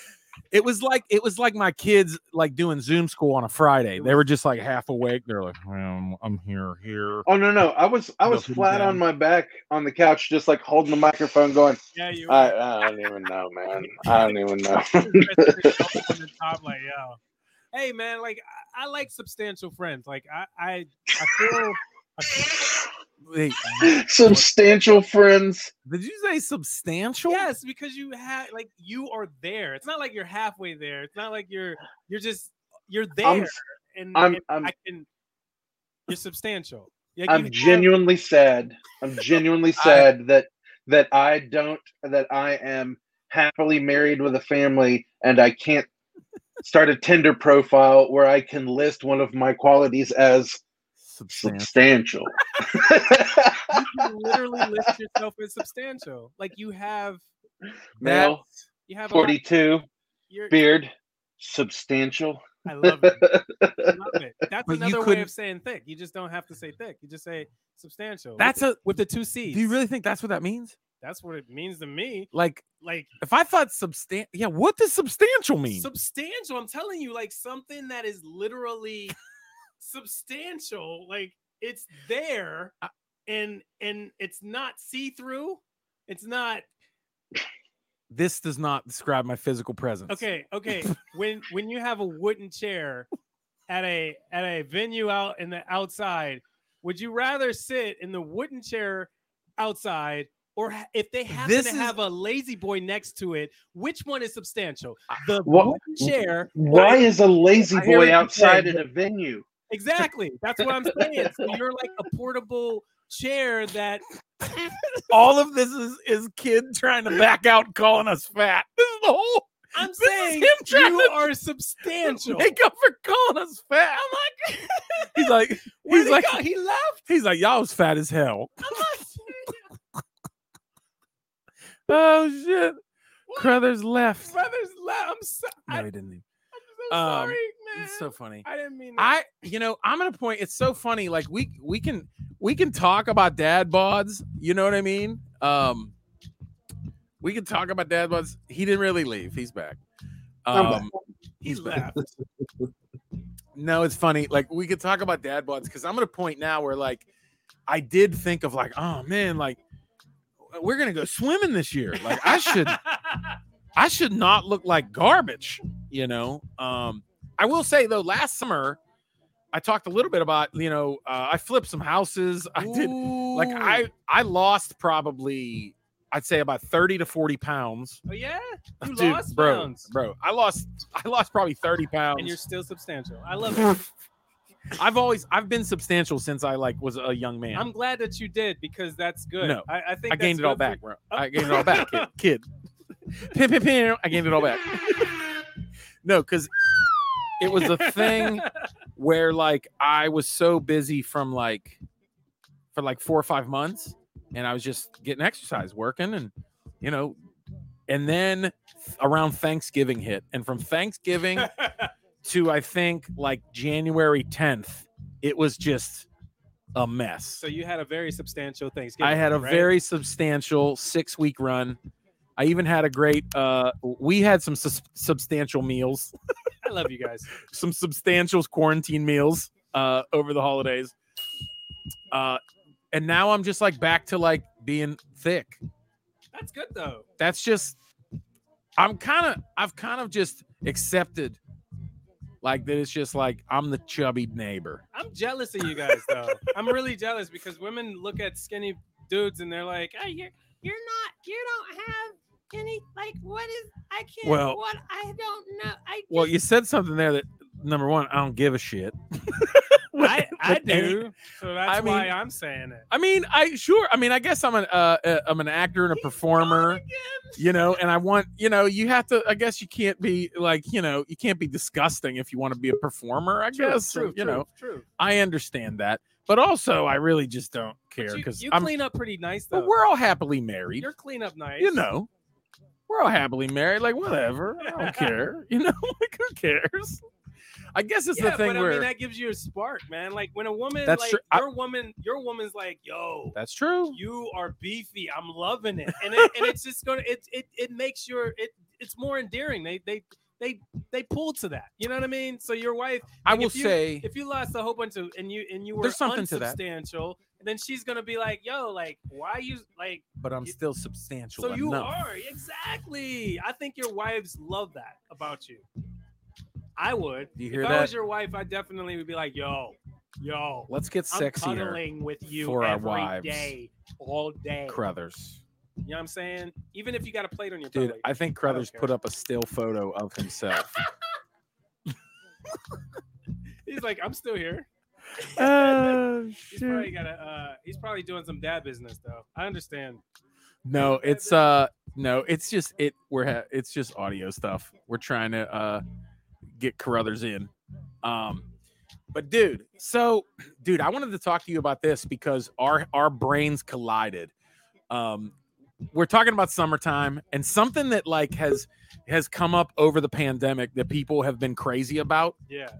[SPEAKER 2] It was like it was like my kids like doing Zoom school on a Friday.
[SPEAKER 3] It
[SPEAKER 2] They were
[SPEAKER 3] was-
[SPEAKER 2] just like half awake. They're like, um, I'm here, here.
[SPEAKER 4] oh no no, I was I
[SPEAKER 2] The
[SPEAKER 4] was
[SPEAKER 2] who
[SPEAKER 4] flat
[SPEAKER 2] down.
[SPEAKER 4] on my back on the couch, just like holding the microphone, going.
[SPEAKER 3] Yeah, you.
[SPEAKER 4] [LAUGHS] I, I don't even know, man. I don't even know. [LAUGHS]
[SPEAKER 3] Chris Christopher's up on the top, like, yo. Hey man, like I, I like substantial friends. Like I, I, I feel
[SPEAKER 2] [LAUGHS] Wait,
[SPEAKER 4] Substantial friends.
[SPEAKER 2] did you say substantial?
[SPEAKER 3] yes because you have like you are there. It's not like you're halfway there. It's not like you're you're just you're there
[SPEAKER 4] I'm
[SPEAKER 3] and,
[SPEAKER 4] I'm-
[SPEAKER 3] and
[SPEAKER 4] I'm-
[SPEAKER 3] I can. You're substantial. Like, you
[SPEAKER 4] I'm
[SPEAKER 3] have-
[SPEAKER 4] genuinely sad. I'm
[SPEAKER 3] [LAUGHS]
[SPEAKER 4] genuinely sad that that I don't that I am happily married with a family and I can't start a Tinder profile where I can list one of my qualities as
[SPEAKER 2] Substantial.
[SPEAKER 3] [LAUGHS]
[SPEAKER 4] substantial.
[SPEAKER 3] You literally list yourself as substantial. Like you have
[SPEAKER 4] Male,
[SPEAKER 3] you have a lot,
[SPEAKER 4] 42,
[SPEAKER 3] you're,
[SPEAKER 4] beard, substantial. [LAUGHS]
[SPEAKER 3] I love it. I love it. That's
[SPEAKER 2] But you
[SPEAKER 3] another way
[SPEAKER 2] couldn't-
[SPEAKER 3] of saying thick. You just don't have to say thick. You just say substantial.
[SPEAKER 2] That's a.
[SPEAKER 3] with the two C's.
[SPEAKER 2] Do you really think that's what that means?
[SPEAKER 3] That's what it means to me.
[SPEAKER 2] Like,
[SPEAKER 3] Like
[SPEAKER 2] if I thought substantial, yeah, what does substantial mean?
[SPEAKER 3] substantial. I'm telling you, like something that is
[SPEAKER 2] [LAUGHS]
[SPEAKER 3] literally substantial. Like it's there, and and it's not see through. It's not
[SPEAKER 2] this does not describe my physical presence.
[SPEAKER 3] okay. Okay,
[SPEAKER 2] [LAUGHS]
[SPEAKER 3] when when you have a wooden chair at a at a venue out in the outside, would you rather sit in the wooden chair outside? Or ha- if they happen
[SPEAKER 2] This
[SPEAKER 3] to
[SPEAKER 2] is-
[SPEAKER 3] have a lazy boy next to it, which one is substantial? The
[SPEAKER 4] Wha-
[SPEAKER 3] wooden chair
[SPEAKER 4] Why is a lazy
[SPEAKER 3] I hear what
[SPEAKER 4] boy
[SPEAKER 3] you're
[SPEAKER 4] outside
[SPEAKER 3] saying,
[SPEAKER 4] in a venue?
[SPEAKER 3] Exactly. That's what I'm saying. So you're like a portable chair that
[SPEAKER 2] All of this is is kid trying to back out, and calling us fat. This is the whole.
[SPEAKER 3] I'm
[SPEAKER 2] This is
[SPEAKER 3] saying
[SPEAKER 2] him trying
[SPEAKER 3] you
[SPEAKER 2] to
[SPEAKER 3] are substantial. [LAUGHS]
[SPEAKER 2] make up for calling us fat. I'm like, [LAUGHS] he's like,
[SPEAKER 3] Where'd
[SPEAKER 2] he's
[SPEAKER 3] he
[SPEAKER 2] like,
[SPEAKER 3] go? he left.
[SPEAKER 2] he's like, y'all was fat as hell. oh shit,
[SPEAKER 3] What?
[SPEAKER 2] Crothers left.
[SPEAKER 3] Brothers left. I'm so, I,
[SPEAKER 2] No,
[SPEAKER 3] am
[SPEAKER 2] he didn't. leave.
[SPEAKER 3] so
[SPEAKER 2] Um,
[SPEAKER 3] sorry, man.
[SPEAKER 2] It's so funny.
[SPEAKER 3] I didn't mean that.
[SPEAKER 2] I, you know, I'm at a point. It's so funny. Like we we can we can talk about dad bods. You know what I mean? Um, we can talk about dad bods. He didn't really leave. He's back.
[SPEAKER 4] I'm back.
[SPEAKER 2] Um,
[SPEAKER 3] he
[SPEAKER 2] he's back.
[SPEAKER 3] left.
[SPEAKER 2] [LAUGHS] No, it's funny. Like we could talk about dad bods because I'm at a point now where like I did think of like, oh man, like we're gonna go swimming this year. Like I should I should not look like garbage, you know. Um, I will say though, last summer I talked a little bit about, you know, uh, I flipped some houses. [LAUGHS] I did like I I lost probably I'd say about 30 to 40 pounds.
[SPEAKER 3] Oh, yeah,
[SPEAKER 2] [LAUGHS]
[SPEAKER 3] you
[SPEAKER 2] Dude,
[SPEAKER 3] lost
[SPEAKER 2] bro,
[SPEAKER 3] pounds,
[SPEAKER 2] bro. I lost I lost probably 30 pounds.
[SPEAKER 3] and you're still substantial.
[SPEAKER 2] [LAUGHS]
[SPEAKER 3] I love it.
[SPEAKER 2] I've always I've been substantial since I like was a young man.
[SPEAKER 3] I'm glad that you did because that's good.
[SPEAKER 2] No,
[SPEAKER 3] I, I think
[SPEAKER 2] I gained
[SPEAKER 3] that's
[SPEAKER 2] it all
[SPEAKER 3] Oh. good
[SPEAKER 2] back,
[SPEAKER 3] for-
[SPEAKER 2] bro. I gained it
[SPEAKER 3] [LAUGHS]
[SPEAKER 2] all back, kid. kid. Pin, pin, pin. I gained it all back. No, because it was a thing where like I was so busy from like for like four or five months, and I was just getting exercise, working, and you know, and then around Thanksgiving hit, and from
[SPEAKER 3] [LAUGHS]
[SPEAKER 2] Thanksgiving to I think like January 10th, it was just a mess.
[SPEAKER 3] so you had a very substantial Thanksgiving.
[SPEAKER 2] I had a
[SPEAKER 3] right?
[SPEAKER 2] very substantial six week run. I even had a great. Uh, we had some sus- substantial meals,
[SPEAKER 3] I love you guys.
[SPEAKER 2] some substantial quarantine meals uh, over the holidays. Uh, and now I'm just like back to like being thick.
[SPEAKER 3] That's good though.
[SPEAKER 2] That's just. I'm kind of. I've kind of just accepted, like that. It's just like I'm the chubby neighbor.
[SPEAKER 3] I'm jealous of you guys though. I'm really jealous because women look at skinny dudes and they're like, "Hey, you're you're not you don't have any like what is I can't
[SPEAKER 2] Well-
[SPEAKER 3] what I don't know
[SPEAKER 2] [LAUGHS]
[SPEAKER 3] I
[SPEAKER 2] Well,
[SPEAKER 3] just-
[SPEAKER 2] you said something there that number one, I don't give a shit. [LAUGHS]
[SPEAKER 3] I, I do. So that's
[SPEAKER 2] I mean-
[SPEAKER 3] why I'm saying it.
[SPEAKER 2] I mean, I sure. I mean, I guess I'm an uh, uh, I'm an actor and a performer, you know. And I want, you know, you have to. I guess you can't be like, you know, you can't be disgusting if you want to be a performer. I guess
[SPEAKER 3] true,
[SPEAKER 2] you
[SPEAKER 3] true,
[SPEAKER 2] know.
[SPEAKER 3] true.
[SPEAKER 2] I understand that, but also I really just don't
[SPEAKER 3] But
[SPEAKER 2] care
[SPEAKER 3] you,
[SPEAKER 2] because
[SPEAKER 3] you
[SPEAKER 2] I'm.
[SPEAKER 3] clean up pretty nice though.
[SPEAKER 2] [LAUGHS] But we're all happily married,
[SPEAKER 3] You're clean up nice.
[SPEAKER 2] you know. We're all happily married, like whatever. I
[SPEAKER 3] [LAUGHS]
[SPEAKER 2] don't care, you know. [LAUGHS] Like who cares? I guess it's
[SPEAKER 3] yeah,
[SPEAKER 2] the thing
[SPEAKER 3] but
[SPEAKER 2] where
[SPEAKER 3] I mean that gives you a spark, man. Like when a woman,
[SPEAKER 2] That's
[SPEAKER 3] like
[SPEAKER 2] true. I-
[SPEAKER 3] your woman, your woman's like, "Yo,
[SPEAKER 2] that's true.
[SPEAKER 3] [LAUGHS] you are beefy. I'm loving it," and it, and it's just gonna it it it makes your it it's more endearing. They they they they pull to that. You know what I mean? So your wife,
[SPEAKER 2] I
[SPEAKER 3] like,
[SPEAKER 2] will
[SPEAKER 3] if you-
[SPEAKER 2] say
[SPEAKER 3] if you lost a whole bunch of and you and you were
[SPEAKER 2] There's something to that.
[SPEAKER 3] unsubstantial, and then she's gonna be like, "Yo, like why you like."
[SPEAKER 2] but I'm
[SPEAKER 3] you-
[SPEAKER 2] still substantial.
[SPEAKER 3] So you
[SPEAKER 2] enough.
[SPEAKER 3] are exactly. I think your wives love that about you. I would.
[SPEAKER 2] Do you hear
[SPEAKER 3] if I
[SPEAKER 2] that?
[SPEAKER 3] was your wife, I definitely would be like, "Yo, yo,
[SPEAKER 2] Let's get
[SPEAKER 3] I'm
[SPEAKER 2] sexier,
[SPEAKER 3] cuddling with you
[SPEAKER 2] for
[SPEAKER 3] for
[SPEAKER 2] our
[SPEAKER 3] every
[SPEAKER 2] wives.
[SPEAKER 3] day, all day."
[SPEAKER 2] Crothers.
[SPEAKER 3] You know what I'm saying? Even if you got a plate on your
[SPEAKER 2] Dude,
[SPEAKER 3] belly.
[SPEAKER 2] I think
[SPEAKER 3] don't
[SPEAKER 2] Crothers put
[SPEAKER 3] care.
[SPEAKER 2] up a still photo of himself.
[SPEAKER 3] [LAUGHS] he's like, "I'm still here."
[SPEAKER 6] [LAUGHS]
[SPEAKER 2] uh,
[SPEAKER 6] Oh,
[SPEAKER 3] [LAUGHS] He's
[SPEAKER 6] shoot.
[SPEAKER 3] probably got a. Uh, he's probably doing some dad business though. I understand.
[SPEAKER 2] no, it's uh no, it's just it we're ha- it's just audio stuff. We're trying to uh get Carruthers in. Um but dude, so [CLEARS THROAT] dude, I wanted to talk to you about this because our our brains collided. Um we're talking about summertime and something that like has has come up over the pandemic that people have been crazy about
[SPEAKER 3] Yeah.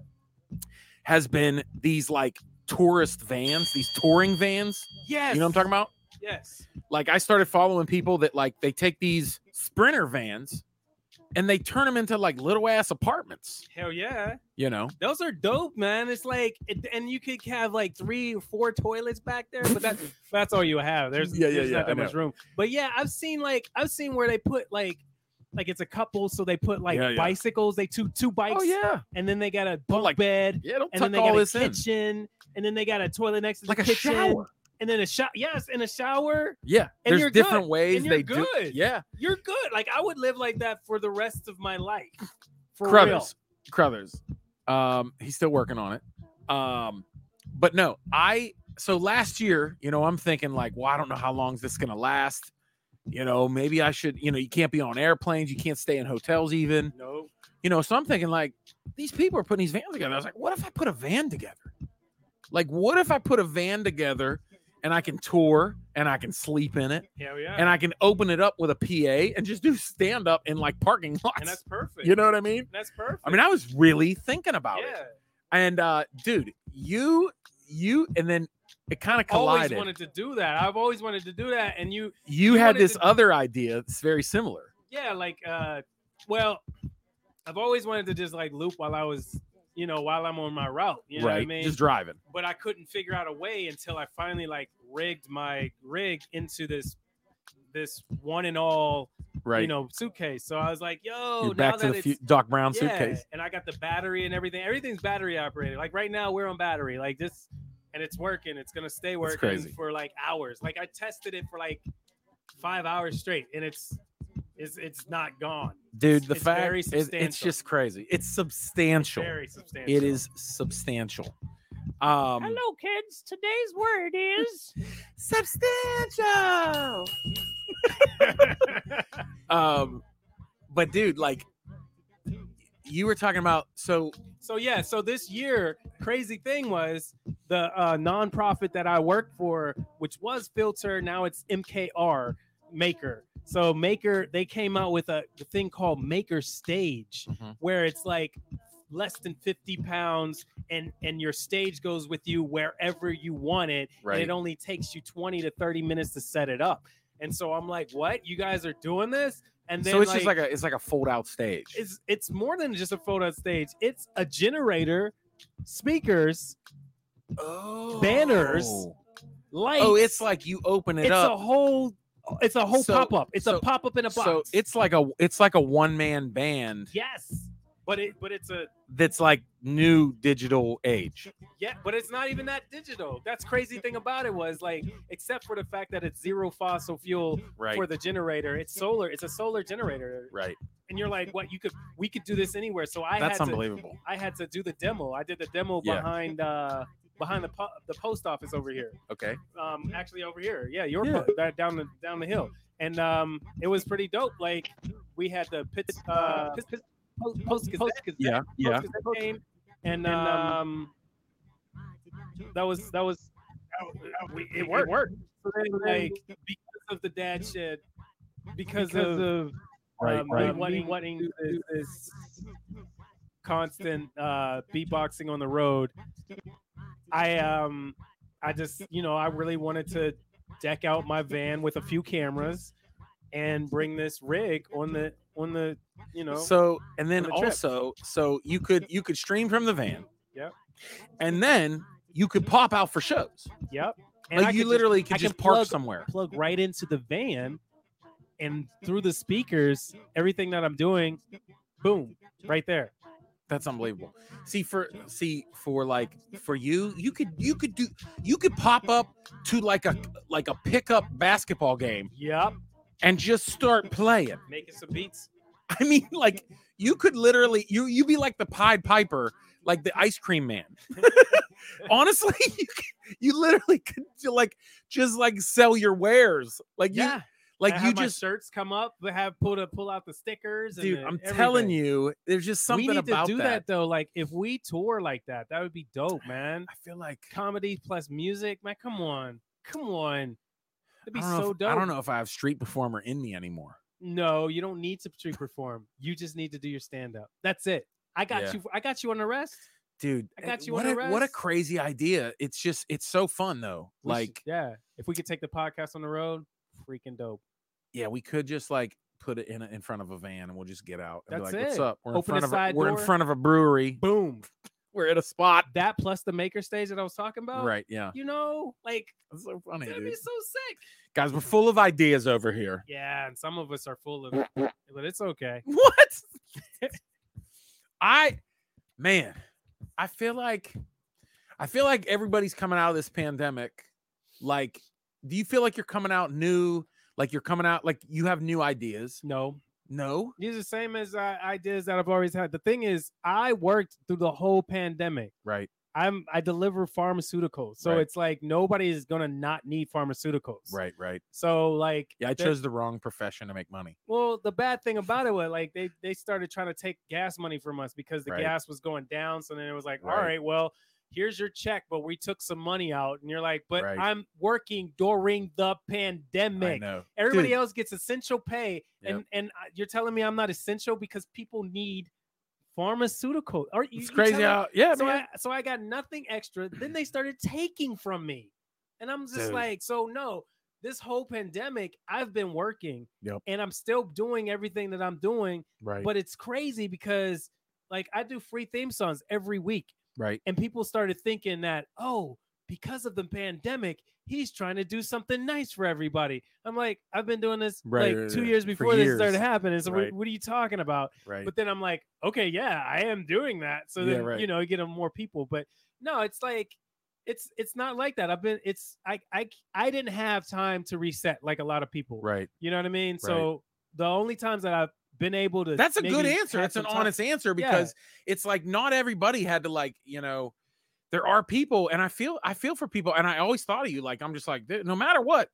[SPEAKER 2] has been these like tourist vans, these touring vans.
[SPEAKER 3] Yes.
[SPEAKER 2] You know what I'm talking about?
[SPEAKER 3] Yes.
[SPEAKER 2] Like I started following people that like they take these sprinter vans and they turn them into like little ass apartments,
[SPEAKER 3] Hell yeah.
[SPEAKER 2] you know.
[SPEAKER 3] Those are dope, man. It's like, it- and you could have like three or four toilets back there,
[SPEAKER 2] [LAUGHS]
[SPEAKER 3] but that's that's all you have. There's
[SPEAKER 2] Yeah, yeah,
[SPEAKER 3] there's
[SPEAKER 2] yeah,
[SPEAKER 3] not
[SPEAKER 2] I
[SPEAKER 3] that much room. But yeah, I've seen like I've seen where they put like like it's a couple, so they put like
[SPEAKER 2] Yeah, yeah.
[SPEAKER 3] bicycles. They two two bikes,
[SPEAKER 2] Oh yeah.
[SPEAKER 3] and then they got a bunk
[SPEAKER 2] like,
[SPEAKER 3] bed,
[SPEAKER 2] Yeah, don't
[SPEAKER 3] and then
[SPEAKER 2] tuck
[SPEAKER 3] they
[SPEAKER 2] all
[SPEAKER 3] got a
[SPEAKER 2] this in.
[SPEAKER 3] kitchen, and then they got a toilet next to
[SPEAKER 2] Like
[SPEAKER 3] the
[SPEAKER 2] a
[SPEAKER 3] kitchen,
[SPEAKER 2] shower.
[SPEAKER 3] and then a shower. Yes, and a shower.
[SPEAKER 2] Yeah.
[SPEAKER 3] And
[SPEAKER 2] There's
[SPEAKER 3] you're good.
[SPEAKER 2] different ways
[SPEAKER 3] And you're
[SPEAKER 2] they do
[SPEAKER 3] good.
[SPEAKER 2] Yeah.
[SPEAKER 3] You're good. Like I would live like that for the rest of my life. For real.
[SPEAKER 2] Crothers. Crothers. Um, he's still working on it. Um, but no, I so last year, you know, I'm thinking like, well, I don't know how long is this gonna last. You know, maybe I should, you know, you can't be on airplanes, you can't stay in hotels even.
[SPEAKER 3] No.
[SPEAKER 2] You know, so I'm thinking like these people are putting these vans together. I was like, what if I put a van together? Like, what if I put a van together and I can tour and I can sleep in it
[SPEAKER 3] Hell yeah.
[SPEAKER 2] and I can open it up with a PA and just do stand up in like parking lots.
[SPEAKER 3] And that's perfect.
[SPEAKER 2] you know what I mean?
[SPEAKER 3] That's perfect.
[SPEAKER 2] I mean, I was really thinking about
[SPEAKER 3] yeah.
[SPEAKER 2] it. And uh dude, you you and then it kind of
[SPEAKER 3] always
[SPEAKER 2] collided.
[SPEAKER 3] wanted to do that. I've always wanted to do that. And you,
[SPEAKER 2] you
[SPEAKER 3] you
[SPEAKER 2] had
[SPEAKER 3] wanted
[SPEAKER 2] this
[SPEAKER 3] to-
[SPEAKER 2] other idea that's very similar.
[SPEAKER 3] yeah, like, uh, well, I've always wanted to just like loop while I was, you know, while I'm on my route. You know
[SPEAKER 2] right.
[SPEAKER 3] what I mean?
[SPEAKER 2] Just driving.
[SPEAKER 3] but I couldn't figure out a way until I finally like rigged my rig into this, this one and all,
[SPEAKER 2] Right.
[SPEAKER 3] you know, suitcase. So I was like, yo,
[SPEAKER 2] You're
[SPEAKER 3] now
[SPEAKER 2] back to
[SPEAKER 3] that
[SPEAKER 2] the
[SPEAKER 3] it's,
[SPEAKER 2] fu- Doc Brown
[SPEAKER 3] yeah,
[SPEAKER 2] suitcase.
[SPEAKER 3] and I got the battery and everything. Everything's battery operated. Like right now, we're on battery. Like this, and it's working. It's gonna stay working
[SPEAKER 2] crazy.
[SPEAKER 3] for like hours. Like I tested it for like five hours straight, and it's it's it's not gone.
[SPEAKER 2] Dude, the
[SPEAKER 3] it's
[SPEAKER 2] fact
[SPEAKER 3] very
[SPEAKER 2] it- it's
[SPEAKER 3] substantial.
[SPEAKER 2] just crazy. It's substantial.
[SPEAKER 3] Very substantial.
[SPEAKER 2] It is substantial. Um
[SPEAKER 3] Hello, kids. Today's word is [LAUGHS]
[SPEAKER 2] substantial. um, but dude, like, you were talking about so
[SPEAKER 3] So yeah, so this year, crazy thing was the uh, nonprofit that I worked for, which was Filter, now it's MKR Maker. So Maker, they came out with a the thing called Maker Stage,
[SPEAKER 2] Mhm.
[SPEAKER 3] where it's like less than 50 pounds and and your stage goes with you wherever you want it
[SPEAKER 1] Right.
[SPEAKER 3] and it only takes you 20 to 30 minutes to set it up and so i'm like what you guys are doing this and then
[SPEAKER 2] so it's just like a it's like a fold out stage.
[SPEAKER 3] it's it's more than just a photo stage. It's a generator, speakers,
[SPEAKER 2] oh.
[SPEAKER 3] banners, lights.
[SPEAKER 2] Oh, it's like you open it
[SPEAKER 3] it's
[SPEAKER 2] up.
[SPEAKER 3] a whole it's a whole
[SPEAKER 2] So-
[SPEAKER 3] pop up. It's
[SPEAKER 2] so-
[SPEAKER 3] a pop up in a box.
[SPEAKER 2] So it's like a it's like a one man band
[SPEAKER 3] yes, but it but it's a
[SPEAKER 2] that's like new digital age.
[SPEAKER 3] yeah, but it's not even that digital. That's crazy thing about it was like except for the fact that it's zero fossil fuel
[SPEAKER 2] Right.
[SPEAKER 3] for the generator. It's solar. It's a solar generator.
[SPEAKER 2] right.
[SPEAKER 3] And you're like, what? You could we could do this anywhere. So I
[SPEAKER 2] That's
[SPEAKER 3] had to
[SPEAKER 2] unbelievable.
[SPEAKER 3] I had to do the demo. I did the demo
[SPEAKER 2] Yeah.
[SPEAKER 3] behind uh behind the po- the post office over here.
[SPEAKER 2] Okay.
[SPEAKER 3] um actually over here yeah your
[SPEAKER 2] Yeah.
[SPEAKER 3] po- that down the down the hill and um it was pretty dope like we had the pits uh Pits- Pits- post post Gazette- Gazette-
[SPEAKER 2] Yeah. Yeah.
[SPEAKER 3] Post Gazette game, and um that was that was we- it worked, So then, like because of the dad shit because, of
[SPEAKER 6] Right,
[SPEAKER 3] um,
[SPEAKER 6] right.
[SPEAKER 3] wanting wanting to do this constant uh beatboxing on the road i um i just you know i really wanted to deck out my van with a few cameras and bring this rig on the on the you know
[SPEAKER 2] So and then
[SPEAKER 3] on the trip.
[SPEAKER 2] also so you could you could stream from the van.
[SPEAKER 3] Yep.
[SPEAKER 2] And then you could pop out for shows.
[SPEAKER 3] yep and
[SPEAKER 2] Like
[SPEAKER 3] I
[SPEAKER 2] you
[SPEAKER 3] could
[SPEAKER 2] literally could
[SPEAKER 3] I
[SPEAKER 2] just
[SPEAKER 3] can
[SPEAKER 2] park
[SPEAKER 3] plug-
[SPEAKER 2] somewhere.
[SPEAKER 3] just plug right into the van and through the speakers everything that i'm doing boom right there
[SPEAKER 2] That's unbelievable. See for see for like for you, you could you could do you could pop up to like a like a pickup basketball game
[SPEAKER 3] yep
[SPEAKER 2] and just start playing. [LAUGHS]
[SPEAKER 3] making some beats
[SPEAKER 2] I mean, like you could literally you you be like the Pied Piper, like the ice cream man. [LAUGHS] Honestly, [LAUGHS] you, could- you literally could ju- like just like sell your wares. Like you
[SPEAKER 3] yeah
[SPEAKER 2] like
[SPEAKER 3] I
[SPEAKER 2] you
[SPEAKER 3] have my
[SPEAKER 2] just
[SPEAKER 3] shirts come up but have pull to pull out the stickers
[SPEAKER 2] dude,
[SPEAKER 3] and
[SPEAKER 2] I'm
[SPEAKER 3] the-
[SPEAKER 2] telling
[SPEAKER 3] everything.
[SPEAKER 2] you, there's just something
[SPEAKER 3] we need
[SPEAKER 2] about
[SPEAKER 3] to do
[SPEAKER 2] that.
[SPEAKER 3] that. though like if we tour like that that would be dope man
[SPEAKER 2] I feel like
[SPEAKER 3] comedy plus music man come on come on it'd
[SPEAKER 2] I
[SPEAKER 3] be
[SPEAKER 2] don't, know
[SPEAKER 3] so
[SPEAKER 2] if,
[SPEAKER 3] dope
[SPEAKER 2] I don't know if I have street performer in me anymore.
[SPEAKER 3] no you don't need to street perform you just need to do your stand-up that's it i got
[SPEAKER 2] Yeah.
[SPEAKER 3] you i got you on the rest
[SPEAKER 2] Dude,
[SPEAKER 3] I
[SPEAKER 2] eh,
[SPEAKER 3] got you
[SPEAKER 2] what
[SPEAKER 3] on
[SPEAKER 2] a
[SPEAKER 3] the
[SPEAKER 2] what a
[SPEAKER 3] rest.
[SPEAKER 2] crazy idea. It's just it's so fun though.
[SPEAKER 3] We should-
[SPEAKER 2] Like
[SPEAKER 3] yeah if we could take the podcast on the road freaking dope
[SPEAKER 2] yeah, we could just like put it in a, in front of a van and we'll just get out and be
[SPEAKER 3] That's
[SPEAKER 2] like, "What's
[SPEAKER 3] it.
[SPEAKER 2] up? We're in
[SPEAKER 3] Open
[SPEAKER 2] front
[SPEAKER 3] a
[SPEAKER 2] of a,
[SPEAKER 3] side
[SPEAKER 2] we're in
[SPEAKER 3] door.
[SPEAKER 2] front of a
[SPEAKER 3] [LAUGHS]
[SPEAKER 2] brewery.
[SPEAKER 3] boom
[SPEAKER 2] We're at a spot."
[SPEAKER 3] that plus the maker stage that i was talking about
[SPEAKER 2] Right, yeah.
[SPEAKER 3] you know like
[SPEAKER 2] That's so funny,
[SPEAKER 3] that'd
[SPEAKER 2] dude.
[SPEAKER 3] be so sick
[SPEAKER 2] Guys, we're full of ideas over
[SPEAKER 3] [LAUGHS]
[SPEAKER 2] here.
[SPEAKER 3] yeah and some of us are full of it but it's okay
[SPEAKER 2] What? [LAUGHS] I man, I feel like I feel like everybody's coming out of this pandemic. Like, do you feel like you're coming out new? Like you're coming out like you have new ideas?
[SPEAKER 3] no
[SPEAKER 2] No.
[SPEAKER 3] These are the same as uh, ideas that I've always had. The thing is, I worked through the whole pandemic.
[SPEAKER 2] Right.
[SPEAKER 3] I'm I deliver pharmaceuticals, so
[SPEAKER 2] Right.
[SPEAKER 3] it's like nobody is gonna not need pharmaceuticals.
[SPEAKER 2] Right, right.
[SPEAKER 3] So like,
[SPEAKER 2] Yeah, I
[SPEAKER 3] the-
[SPEAKER 2] chose the wrong profession to make money.
[SPEAKER 3] Well, the bad thing about it was like they they started trying to take gas money from us because the
[SPEAKER 2] Right.
[SPEAKER 3] gas was going down. So then it was like, all
[SPEAKER 2] Right.
[SPEAKER 3] right, well, here's your check, but we took some money out, and you're like, but
[SPEAKER 2] Right.
[SPEAKER 3] I'm working during
[SPEAKER 2] I
[SPEAKER 3] the pandemic.
[SPEAKER 2] know.
[SPEAKER 3] Everybody
[SPEAKER 2] Dude.
[SPEAKER 3] else gets essential pay,
[SPEAKER 2] Yep.
[SPEAKER 3] and and I- you're telling me I'm not essential because people need pharmaceutical. Are you,
[SPEAKER 2] It's
[SPEAKER 3] you
[SPEAKER 2] crazy
[SPEAKER 3] telling-
[SPEAKER 2] how yeah,
[SPEAKER 3] [LAUGHS] so
[SPEAKER 2] man.
[SPEAKER 3] I so I got nothing extra. Then they started taking from me, and I'm just
[SPEAKER 2] Dude.
[SPEAKER 3] like, so no. This whole pandemic, I've been working,
[SPEAKER 6] Yep.
[SPEAKER 3] and I'm still doing everything that I'm doing.
[SPEAKER 6] Right.
[SPEAKER 3] But it's crazy because, like, I do free theme songs every week,
[SPEAKER 2] right.
[SPEAKER 3] and people started thinking that oh because of the pandemic he's trying to do something nice for everybody i'm like i've been doing this
[SPEAKER 2] Right,
[SPEAKER 3] like
[SPEAKER 2] right,
[SPEAKER 3] two
[SPEAKER 2] right.
[SPEAKER 3] years
[SPEAKER 2] For
[SPEAKER 3] before this
[SPEAKER 2] years.
[SPEAKER 3] started happening so what-
[SPEAKER 6] Right.
[SPEAKER 3] what, are you talking about
[SPEAKER 2] Right.
[SPEAKER 3] but then i'm like okay yeah i am doing that so
[SPEAKER 2] Yeah,
[SPEAKER 3] then
[SPEAKER 2] right.
[SPEAKER 3] you know you get them more people but no it's like it's it's not like that i've been it's i i i didn't have time to reset like a lot of people
[SPEAKER 2] right.
[SPEAKER 3] you know what i mean so the only times that i've been able to
[SPEAKER 2] That's a good
[SPEAKER 3] maybe
[SPEAKER 2] answer.
[SPEAKER 3] have
[SPEAKER 2] It's an
[SPEAKER 3] some time-
[SPEAKER 2] honest answer
[SPEAKER 3] Yeah.
[SPEAKER 2] because it's like not everybody had to like, you know, there are people and I feel I feel for people and I always thought of you like I'm just like "Dude, no matter what,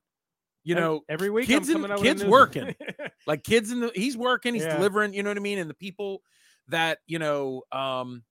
[SPEAKER 2] you
[SPEAKER 3] Ev-
[SPEAKER 2] know,
[SPEAKER 3] every week
[SPEAKER 2] kids
[SPEAKER 3] I'm
[SPEAKER 2] in-
[SPEAKER 3] coming out
[SPEAKER 2] kids
[SPEAKER 3] [LAUGHS] with a new-
[SPEAKER 2] working. like kids in the he's working, he's
[SPEAKER 3] Yeah.
[SPEAKER 2] delivering, you know what I mean, and the people that you know um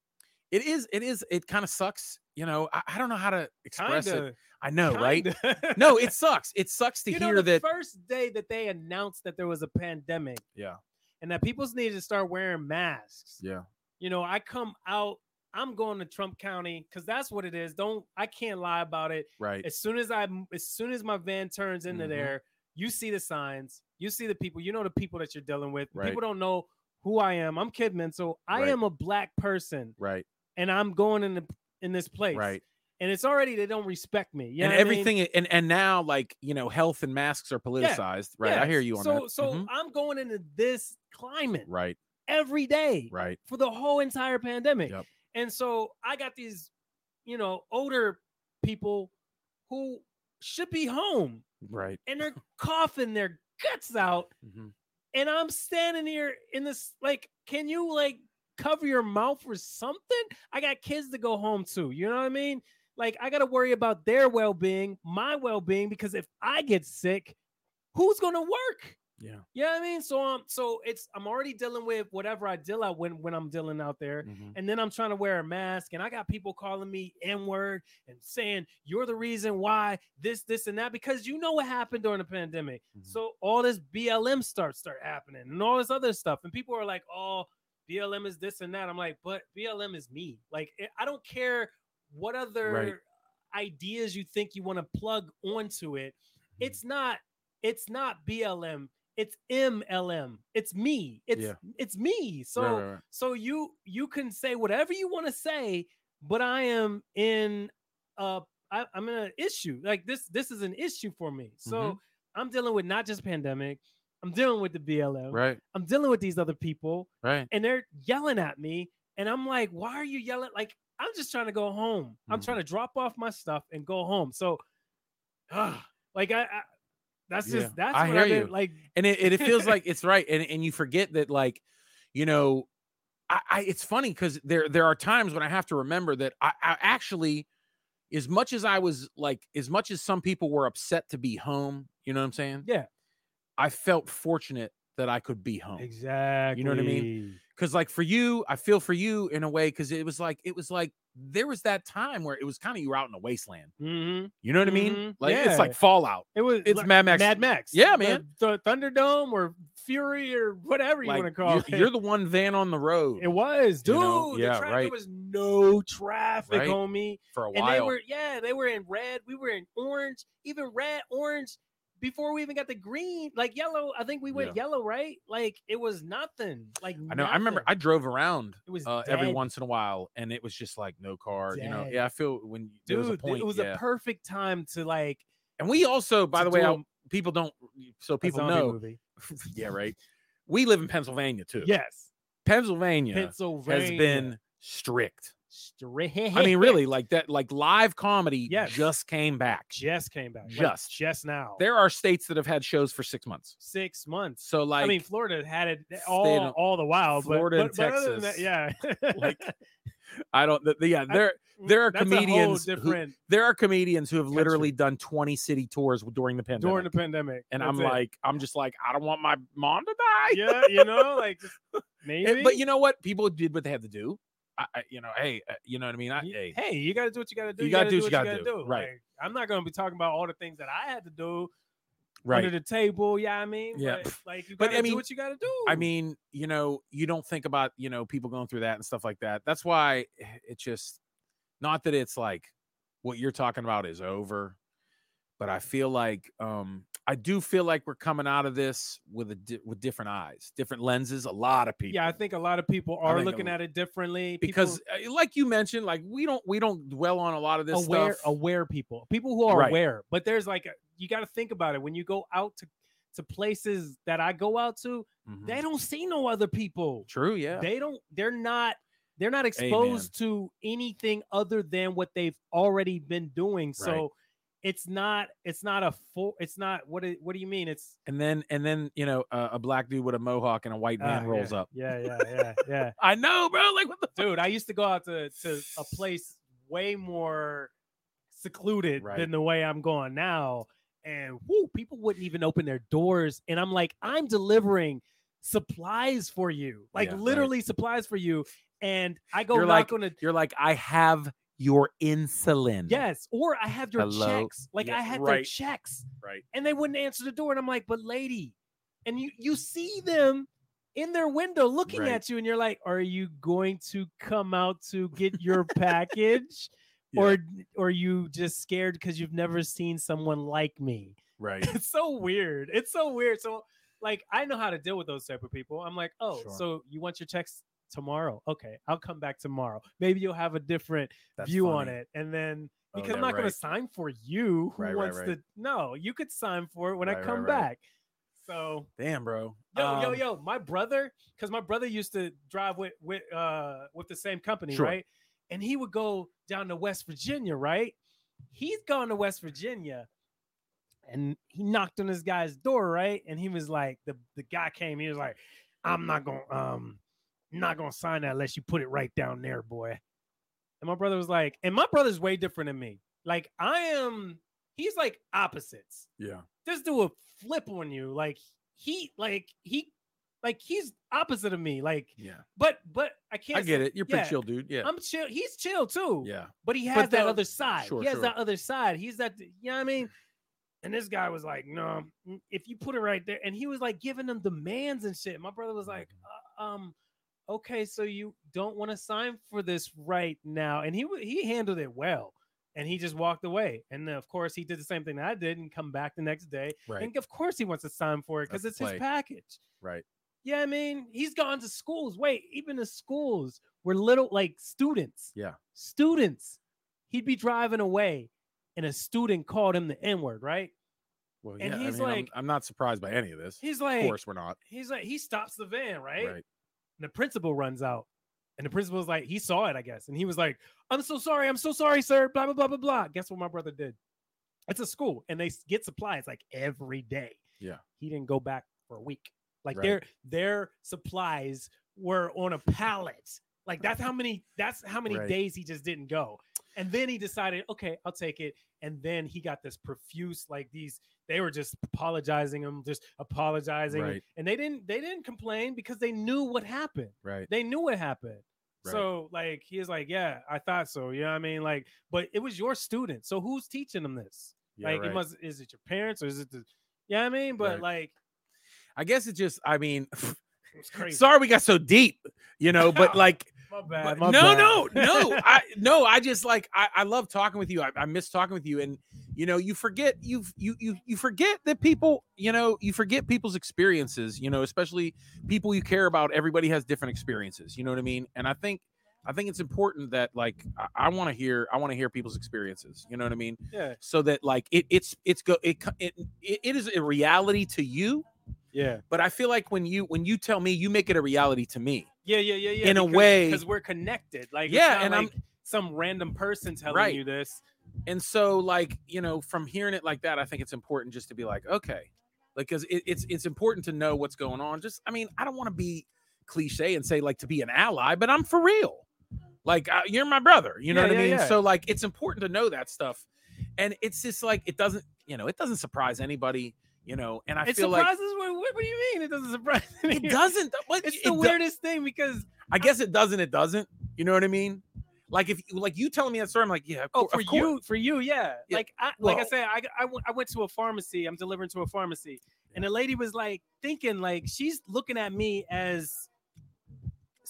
[SPEAKER 2] it is it is it kind of sucks you know I, I don't know how to express it
[SPEAKER 3] Kinda,
[SPEAKER 2] i know right
[SPEAKER 3] kinda. [LAUGHS]
[SPEAKER 2] no it sucks it sucks to
[SPEAKER 3] you
[SPEAKER 2] hear
[SPEAKER 3] know, the
[SPEAKER 2] that
[SPEAKER 3] first day that they announced that there was a pandemic.
[SPEAKER 2] Yeah.
[SPEAKER 3] And that people needed to start wearing masks.
[SPEAKER 2] Yeah.
[SPEAKER 3] You know, I come out, I'm going to Trump County because that's what it is. Don't I can't lie about it.
[SPEAKER 2] right
[SPEAKER 3] As soon as I as soon as my van turns into
[SPEAKER 2] Mhm.
[SPEAKER 3] there, you see the signs, you see the people, you know the people that you're dealing with.
[SPEAKER 2] Right.
[SPEAKER 3] People don't know who I am. I'm Kidman, so I
[SPEAKER 2] Right.
[SPEAKER 3] am a black person
[SPEAKER 2] right
[SPEAKER 3] and I'm going in the in this place.
[SPEAKER 2] right
[SPEAKER 3] And it's already they don't respect me. Yeah.
[SPEAKER 2] and everything and and now like you know health and masks are politicized right i hear you on
[SPEAKER 3] so,
[SPEAKER 2] that
[SPEAKER 3] So
[SPEAKER 2] Mhm.
[SPEAKER 3] I'm going into this climate
[SPEAKER 2] right
[SPEAKER 3] every day
[SPEAKER 2] right
[SPEAKER 3] for the whole entire pandemic.
[SPEAKER 2] Yep.
[SPEAKER 3] And so I got these, you know, older people who should be home
[SPEAKER 2] right
[SPEAKER 3] and they're coughing their guts out.
[SPEAKER 2] Mhm.
[SPEAKER 3] And I'm standing here in this, like, can you like cover your mouth for something? I got kids to go home to. You know what I mean? Like, I got to worry about their well being, my well being, because if I get sick, who's going to work?
[SPEAKER 2] Yeah.
[SPEAKER 3] You know what I mean? So um, so it's I'm already dealing with whatever I deal out when when I'm dealing out there.
[SPEAKER 2] Mhm.
[SPEAKER 3] And then I'm trying to wear a mask, and I got people calling me N-word and saying, You're the reason why this, this, and that, because you know what happened during the pandemic.
[SPEAKER 2] Mhm.
[SPEAKER 3] So all this BLM starts start happening and all this other stuff. And people are like, Oh, BLM is this and that. I'm like, but BLM is me. Like it- I don't care what other ideas you think you want to plug onto it.
[SPEAKER 2] Mm-hmm.
[SPEAKER 3] It's not, it's not BLM. It's MLM. It's me. It's it's me. So
[SPEAKER 2] right, right, right.
[SPEAKER 3] so you you can say whatever you want to say but i am in uh I, i'm in an issue like this this is an issue for me so
[SPEAKER 2] Mm-hmm.
[SPEAKER 3] i'm dealing with not just pandemic i'm dealing with the blm
[SPEAKER 2] right
[SPEAKER 3] i'm dealing with these other people
[SPEAKER 2] right
[SPEAKER 3] and they're yelling at me and i'm like why are you yelling like i'm just trying to go home i'm
[SPEAKER 2] Mhm.
[SPEAKER 3] trying to drop off my stuff and go home so [SIGHS] ah, like i, I that's
[SPEAKER 2] Yeah,
[SPEAKER 3] just that's
[SPEAKER 2] I
[SPEAKER 3] what I've
[SPEAKER 2] hear
[SPEAKER 3] been,
[SPEAKER 2] you.
[SPEAKER 3] like
[SPEAKER 2] and it, it, it
[SPEAKER 3] [LAUGHS]
[SPEAKER 2] feels like it's right and, and you forget that like you know i, I it's funny because there there are times when i have to remember that I, I actually as much as i was like as much as some people were upset to be home you know what i'm saying
[SPEAKER 3] Yeah.
[SPEAKER 2] i felt fortunate that i could be home
[SPEAKER 3] exactly
[SPEAKER 2] I mean? because like for you i feel for you in a way because it was like it was like there was that time where it was kind of you were out in the wasteland
[SPEAKER 3] mm-hmm.
[SPEAKER 2] you know what i mean
[SPEAKER 3] Mhm.
[SPEAKER 2] like
[SPEAKER 3] Yeah.
[SPEAKER 2] it's like fallout
[SPEAKER 3] It was
[SPEAKER 2] It's Mad Max.
[SPEAKER 3] Mad Max.
[SPEAKER 2] Yeah,
[SPEAKER 3] The-
[SPEAKER 2] man.
[SPEAKER 3] The, Thunderdome or Fury or whatever you
[SPEAKER 2] like,
[SPEAKER 3] want to call
[SPEAKER 2] you're,
[SPEAKER 3] it. [LAUGHS]
[SPEAKER 2] you're the one van on the road
[SPEAKER 3] it was,
[SPEAKER 2] you
[SPEAKER 3] dude.
[SPEAKER 2] know?
[SPEAKER 3] the
[SPEAKER 2] Yeah,
[SPEAKER 3] tra- There
[SPEAKER 2] right.
[SPEAKER 3] was no traffic,
[SPEAKER 2] Right.
[SPEAKER 3] homie.
[SPEAKER 2] for a
[SPEAKER 3] And
[SPEAKER 2] while
[SPEAKER 3] they were, yeah, they were in red. We were in orange, even red, orange. Before we even got the green, like yellow, I think we went yellow, right? Like it was nothing. Like
[SPEAKER 2] i know i remember i
[SPEAKER 3] nothing.
[SPEAKER 2] drove around
[SPEAKER 3] it was
[SPEAKER 2] uh, every
[SPEAKER 3] dead.
[SPEAKER 2] once in a while, and it was just like no car. You know,
[SPEAKER 3] Dead.
[SPEAKER 2] yeah, I feel when y- there
[SPEAKER 3] Dude,
[SPEAKER 2] was a point.
[SPEAKER 3] it was
[SPEAKER 2] yeah.
[SPEAKER 3] a perfect time to like.
[SPEAKER 2] and we also, by
[SPEAKER 3] to
[SPEAKER 2] the way,
[SPEAKER 3] do
[SPEAKER 2] I,
[SPEAKER 3] a-
[SPEAKER 2] people don't. So
[SPEAKER 3] a
[SPEAKER 2] people
[SPEAKER 3] zombie
[SPEAKER 2] know.
[SPEAKER 3] Movie.
[SPEAKER 2] [LAUGHS] yeah, right. We live in Pennsylvania too.
[SPEAKER 3] Yes,
[SPEAKER 2] Pennsylvania
[SPEAKER 3] Pennsylvania
[SPEAKER 2] has been strict.
[SPEAKER 3] Strict.
[SPEAKER 2] I mean,
[SPEAKER 3] [LAUGHS]
[SPEAKER 2] really, like that, like live comedy
[SPEAKER 3] Yes.
[SPEAKER 2] just came back.
[SPEAKER 3] just came back. like,
[SPEAKER 2] Just.
[SPEAKER 3] just now.
[SPEAKER 2] There are states that have had shows for six months.
[SPEAKER 3] six months.
[SPEAKER 2] So like,
[SPEAKER 3] I mean, Florida had it
[SPEAKER 2] they
[SPEAKER 3] all
[SPEAKER 2] don't-
[SPEAKER 3] all the while. but-
[SPEAKER 2] Florida and
[SPEAKER 3] but, but other than that,
[SPEAKER 2] Texas,
[SPEAKER 3] yeah. [LAUGHS]
[SPEAKER 2] like, I don't. th- yeah, there there are
[SPEAKER 3] that's
[SPEAKER 2] comedians
[SPEAKER 3] a
[SPEAKER 2] who- [LAUGHS]
[SPEAKER 3] whole different
[SPEAKER 2] there are comedians who have literally done twenty city tours during the pandemic.
[SPEAKER 3] during the pandemic,
[SPEAKER 2] and
[SPEAKER 3] That's
[SPEAKER 2] I'm
[SPEAKER 3] it.
[SPEAKER 2] like, I'm just like, I don't want my mom to die.
[SPEAKER 3] yeah, you know, like just
[SPEAKER 2] [LAUGHS] And-
[SPEAKER 3] maybe.
[SPEAKER 2] but you know what? People did what they had to do. I, I you know, hey, uh, you know what I mean? I,
[SPEAKER 3] You-
[SPEAKER 2] hey,
[SPEAKER 3] hey, you got to do what you got to do.
[SPEAKER 2] You gotta do
[SPEAKER 3] what
[SPEAKER 2] what you gotta
[SPEAKER 3] gotta
[SPEAKER 2] do, right.
[SPEAKER 3] Like, I'm not gonna be talking about all the things that I had to do under
[SPEAKER 2] right.
[SPEAKER 3] the table. Yeah, I mean,
[SPEAKER 2] Yeah.
[SPEAKER 3] But, like you
[SPEAKER 2] But, I
[SPEAKER 3] gotta
[SPEAKER 2] mean-
[SPEAKER 3] do what you gotta do.
[SPEAKER 2] I mean, you know, you don't think about you know people going through that and stuff like that. That's why eh, it just not that it's like what you're talking about is over, but I feel like um I do feel like we're coming out of this with a di- with different eyes, different lenses. A lot of people,
[SPEAKER 3] yeah, I think a lot of people
[SPEAKER 2] I
[SPEAKER 3] are
[SPEAKER 2] think a
[SPEAKER 3] looking
[SPEAKER 2] l-
[SPEAKER 3] at it differently people-
[SPEAKER 2] because uh, like you mentioned, like we don't we don't dwell on a lot of this
[SPEAKER 3] aware
[SPEAKER 2] stuff.
[SPEAKER 3] aware people people who are
[SPEAKER 2] Right.
[SPEAKER 3] aware but there's like a, you got to think about it when you go out to to places that i go out to
[SPEAKER 2] Mhm.
[SPEAKER 3] they don't see no other people
[SPEAKER 2] True, yeah.
[SPEAKER 3] they don't they're not they're not
[SPEAKER 2] Hey, man.
[SPEAKER 3] exposed to anything other than what they've already been doing so it's not it's not a full it's not what it, what do you mean it's
[SPEAKER 2] and then and then you know uh, a black dude with a mohawk and a white van
[SPEAKER 3] Ah,
[SPEAKER 2] rolls
[SPEAKER 3] yeah,
[SPEAKER 2] up.
[SPEAKER 3] yeah yeah yeah yeah
[SPEAKER 2] I know, bro. Like what the
[SPEAKER 3] dude i used to go out to, to a place way more secluded
[SPEAKER 2] Right.
[SPEAKER 3] than the way i'm going now and whoo, people wouldn't even open their doors and i'm like i'm delivering supplies for you, like
[SPEAKER 2] Yeah, right.
[SPEAKER 3] literally supplies for you. And I go
[SPEAKER 2] You're
[SPEAKER 3] knock
[SPEAKER 2] like-
[SPEAKER 3] on a
[SPEAKER 2] You're like, I have your insulin.
[SPEAKER 3] Yes, or I have your
[SPEAKER 2] Hello?
[SPEAKER 3] checks. Like
[SPEAKER 2] Yeah,
[SPEAKER 3] I had their
[SPEAKER 2] right.
[SPEAKER 3] checks,
[SPEAKER 2] Right.
[SPEAKER 3] and they wouldn't answer the door, and I'm like, "But lady," and you you see them in their window looking
[SPEAKER 2] Right.
[SPEAKER 3] at you, and you're like, "Are you going to come out to get your package,
[SPEAKER 8] Yeah.
[SPEAKER 3] or or are you just scared because you've never seen someone like me?" [LAUGHS]
[SPEAKER 8] Right.
[SPEAKER 3] It's so weird. It's so weird. So like I know how to deal with those type of people. I'm like, "Oh,
[SPEAKER 8] Sure.
[SPEAKER 3] so you want your checks tomorrow? Okay, I'll come back tomorrow. Maybe you'll have a different."
[SPEAKER 8] That's
[SPEAKER 3] view on
[SPEAKER 8] funny.
[SPEAKER 3] it and then
[SPEAKER 8] Oh,
[SPEAKER 3] because
[SPEAKER 8] yeah,
[SPEAKER 3] i'm not going
[SPEAKER 8] right.
[SPEAKER 3] to sign for you who
[SPEAKER 8] Right, right,
[SPEAKER 3] wants
[SPEAKER 8] right.
[SPEAKER 3] to no you could sign for it when i
[SPEAKER 8] Right, right,
[SPEAKER 3] come
[SPEAKER 8] right.
[SPEAKER 3] back so
[SPEAKER 2] Damn, bro.
[SPEAKER 3] yo yo
[SPEAKER 2] Um,
[SPEAKER 3] yo my brother because my brother used to drive with with uh with the same company
[SPEAKER 2] Sure.
[SPEAKER 3] right and he would go down to west virginia right he's gone to west virginia and he knocked on this guy's door right and he was like the the guy came he was like i'm not gonna um not gonna sign that unless you put it right down there boy and my brother was like and my brother's way different than me like i am he's like opposites
[SPEAKER 8] Yeah.
[SPEAKER 3] this dude will flip on you. Like he, like he, like he's opposite of me. Like,
[SPEAKER 2] Yeah.
[SPEAKER 3] but but I can't.
[SPEAKER 2] I get it. You're pretty
[SPEAKER 3] yeah.
[SPEAKER 2] chill, dude. Yeah.
[SPEAKER 3] I'm chill. He's chill too.
[SPEAKER 2] yeah.
[SPEAKER 3] But he has that
[SPEAKER 2] the-
[SPEAKER 3] other side.
[SPEAKER 2] sure,
[SPEAKER 3] he has
[SPEAKER 2] sure.
[SPEAKER 3] that other side. He's that. You know what
[SPEAKER 2] [LAUGHS]
[SPEAKER 3] I mean? And this guy was like, "No, mm, if you put it right there," and he was like giving them demands and shit. My brother was like,
[SPEAKER 2] Mm-hmm.
[SPEAKER 3] uh, "Um, okay, so you don't want to sign for this right now," and he wa- he handled it well, and he just walked away. And then, of course, he did the same thing that I did and come back the next day.
[SPEAKER 2] Right.
[SPEAKER 3] And of course he wants to sign for it because
[SPEAKER 2] That's
[SPEAKER 3] it's
[SPEAKER 2] the play.
[SPEAKER 3] his package.
[SPEAKER 2] Right.
[SPEAKER 3] Yeah, I mean, he's gone to schools. Wait, even the schools were little like students.
[SPEAKER 2] Yeah.
[SPEAKER 3] Students. He'd be driving away and a student called him the N-word, right?
[SPEAKER 2] Well,
[SPEAKER 3] And
[SPEAKER 2] yeah,
[SPEAKER 3] he's
[SPEAKER 2] I mean,
[SPEAKER 3] like-
[SPEAKER 2] I'm, I'm not surprised by any of this.
[SPEAKER 3] He's
[SPEAKER 2] Of
[SPEAKER 3] like,
[SPEAKER 2] course, we're not.
[SPEAKER 3] he's like, he stops the van, right?
[SPEAKER 2] Right.
[SPEAKER 3] And the principal runs out. And the principal's like, he saw it, I guess. And he was like, I'm so sorry, I'm so sorry, sir. Blah blah blah blah blah. Guess what my brother did? It's a school and they s- get supplies like every day.
[SPEAKER 2] Yeah.
[SPEAKER 3] He didn't go back for a week. Like
[SPEAKER 2] Right.
[SPEAKER 3] their their supplies were on a pallet. Like that's how many that's how many
[SPEAKER 8] Right.
[SPEAKER 3] days he just didn't go. And then he decided, okay, I'll take it. And then he got this profuse like these they were just apologizing him, just apologizing.
[SPEAKER 2] Right.
[SPEAKER 3] And they didn't they didn't complain because they knew what happened
[SPEAKER 2] Right.
[SPEAKER 3] they knew what happened.
[SPEAKER 2] Right.
[SPEAKER 3] So like he was like, yeah, I thought so. You know what I mean? Like, but it was your student. So who's teaching them this?
[SPEAKER 2] Yeah,
[SPEAKER 3] like
[SPEAKER 2] right.
[SPEAKER 3] it must is it your parents or is it the you know what I mean? But
[SPEAKER 2] Right.
[SPEAKER 3] like
[SPEAKER 2] I guess it just, I mean, [LAUGHS]
[SPEAKER 3] it was crazy.
[SPEAKER 2] sorry we got so deep, you know,
[SPEAKER 3] [LAUGHS]
[SPEAKER 2] but like,
[SPEAKER 3] my
[SPEAKER 2] But
[SPEAKER 3] bad. my
[SPEAKER 2] Uh, no,
[SPEAKER 3] bad. [LAUGHS]
[SPEAKER 2] no, no. I no, I just like I, I love talking with you. I, I miss talking with you. And you know, you forget you've you you you forget that people, you know, you forget people's experiences, you know, especially people you care about. Everybody has different experiences. You know what I mean? And I think I think it's important that like I, I want to hear I want to hear people's experiences. You know what I mean?
[SPEAKER 3] yeah,
[SPEAKER 2] So that like it it's it's go it co- it, it, it is a reality to you.
[SPEAKER 3] yeah,
[SPEAKER 2] But I feel like when you when you tell me, you make it a reality to me.
[SPEAKER 3] yeah, yeah, yeah, yeah.
[SPEAKER 2] In a way-
[SPEAKER 3] because we're connected. Like
[SPEAKER 2] Yeah,
[SPEAKER 3] yeah,
[SPEAKER 2] and
[SPEAKER 3] and
[SPEAKER 2] I'm-
[SPEAKER 3] I'm some random person telling
[SPEAKER 2] Right.
[SPEAKER 3] you this.
[SPEAKER 2] and so like you know from hearing it like that i think it's important just to be like okay like because it, it's it's important to know what's going on just i mean i don't want to be cliche and say like to be an ally but i'm for real like I, you're my brother you know
[SPEAKER 3] Yeah,
[SPEAKER 2] what i
[SPEAKER 3] yeah,
[SPEAKER 2] mean
[SPEAKER 3] yeah.
[SPEAKER 2] so like it's important to know that stuff and it's just like it doesn't you know it doesn't surprise anybody you know and i
[SPEAKER 3] it
[SPEAKER 2] feel like
[SPEAKER 3] surprises. what, what, what do you mean? It doesn't surprise [LAUGHS] me.
[SPEAKER 2] it doesn't what,
[SPEAKER 3] It's
[SPEAKER 2] it
[SPEAKER 3] the
[SPEAKER 2] do-
[SPEAKER 3] weirdest thing because
[SPEAKER 2] i guess it doesn't it doesn't you know what i mean like if like you telling me that story i'm like yeah of
[SPEAKER 3] Oh,
[SPEAKER 2] cour-
[SPEAKER 3] for
[SPEAKER 2] of course.
[SPEAKER 3] you, for you, yeah.
[SPEAKER 2] Yeah,
[SPEAKER 3] Like I, like
[SPEAKER 2] well-
[SPEAKER 3] I said, I, I w- I went to a pharmacy. I'm delivering to a pharmacy, and the lady was like thinking, like she's looking at me as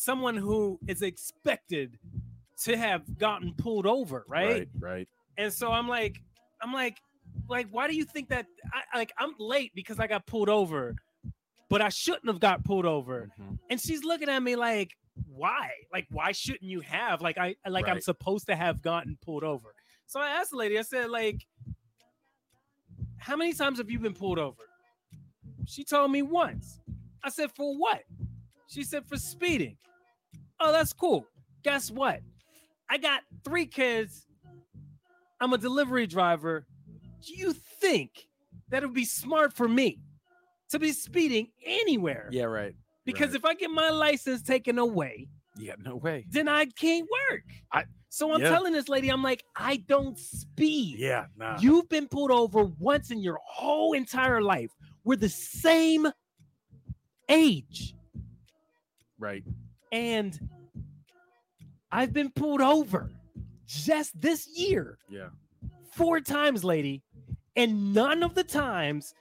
[SPEAKER 3] someone who is expected to have gotten pulled over, right?
[SPEAKER 8] Right. Right.
[SPEAKER 3] And so I'm like, I'm like, like, why do you think that? I, like, I'm late because I got pulled over, but I shouldn't have got pulled over
[SPEAKER 8] Mm-hmm.
[SPEAKER 3] and she's looking at me like why like why shouldn't you have like i like i'm
[SPEAKER 2] Right.
[SPEAKER 3] supposed to have gotten pulled over so i asked the lady i said like how many times have you been pulled over she told me once i said for what she said for speeding oh that's cool guess what i got three kids i'm a delivery driver do you think that it would be smart for me to be speeding anywhere
[SPEAKER 2] yeah right
[SPEAKER 3] because
[SPEAKER 2] Right.
[SPEAKER 3] if I get my license taken away,
[SPEAKER 2] yeah no way
[SPEAKER 3] then I can't work.
[SPEAKER 2] I-
[SPEAKER 3] so I'm
[SPEAKER 8] yeah.
[SPEAKER 3] telling this lady, I'm like, I don't speed.
[SPEAKER 8] Yeah. Nah.
[SPEAKER 3] You've been pulled over once in your whole entire life. We're the same age.
[SPEAKER 8] Right.
[SPEAKER 3] And I've been pulled over just this year.
[SPEAKER 8] Yeah.
[SPEAKER 3] Four times, lady. And none of the times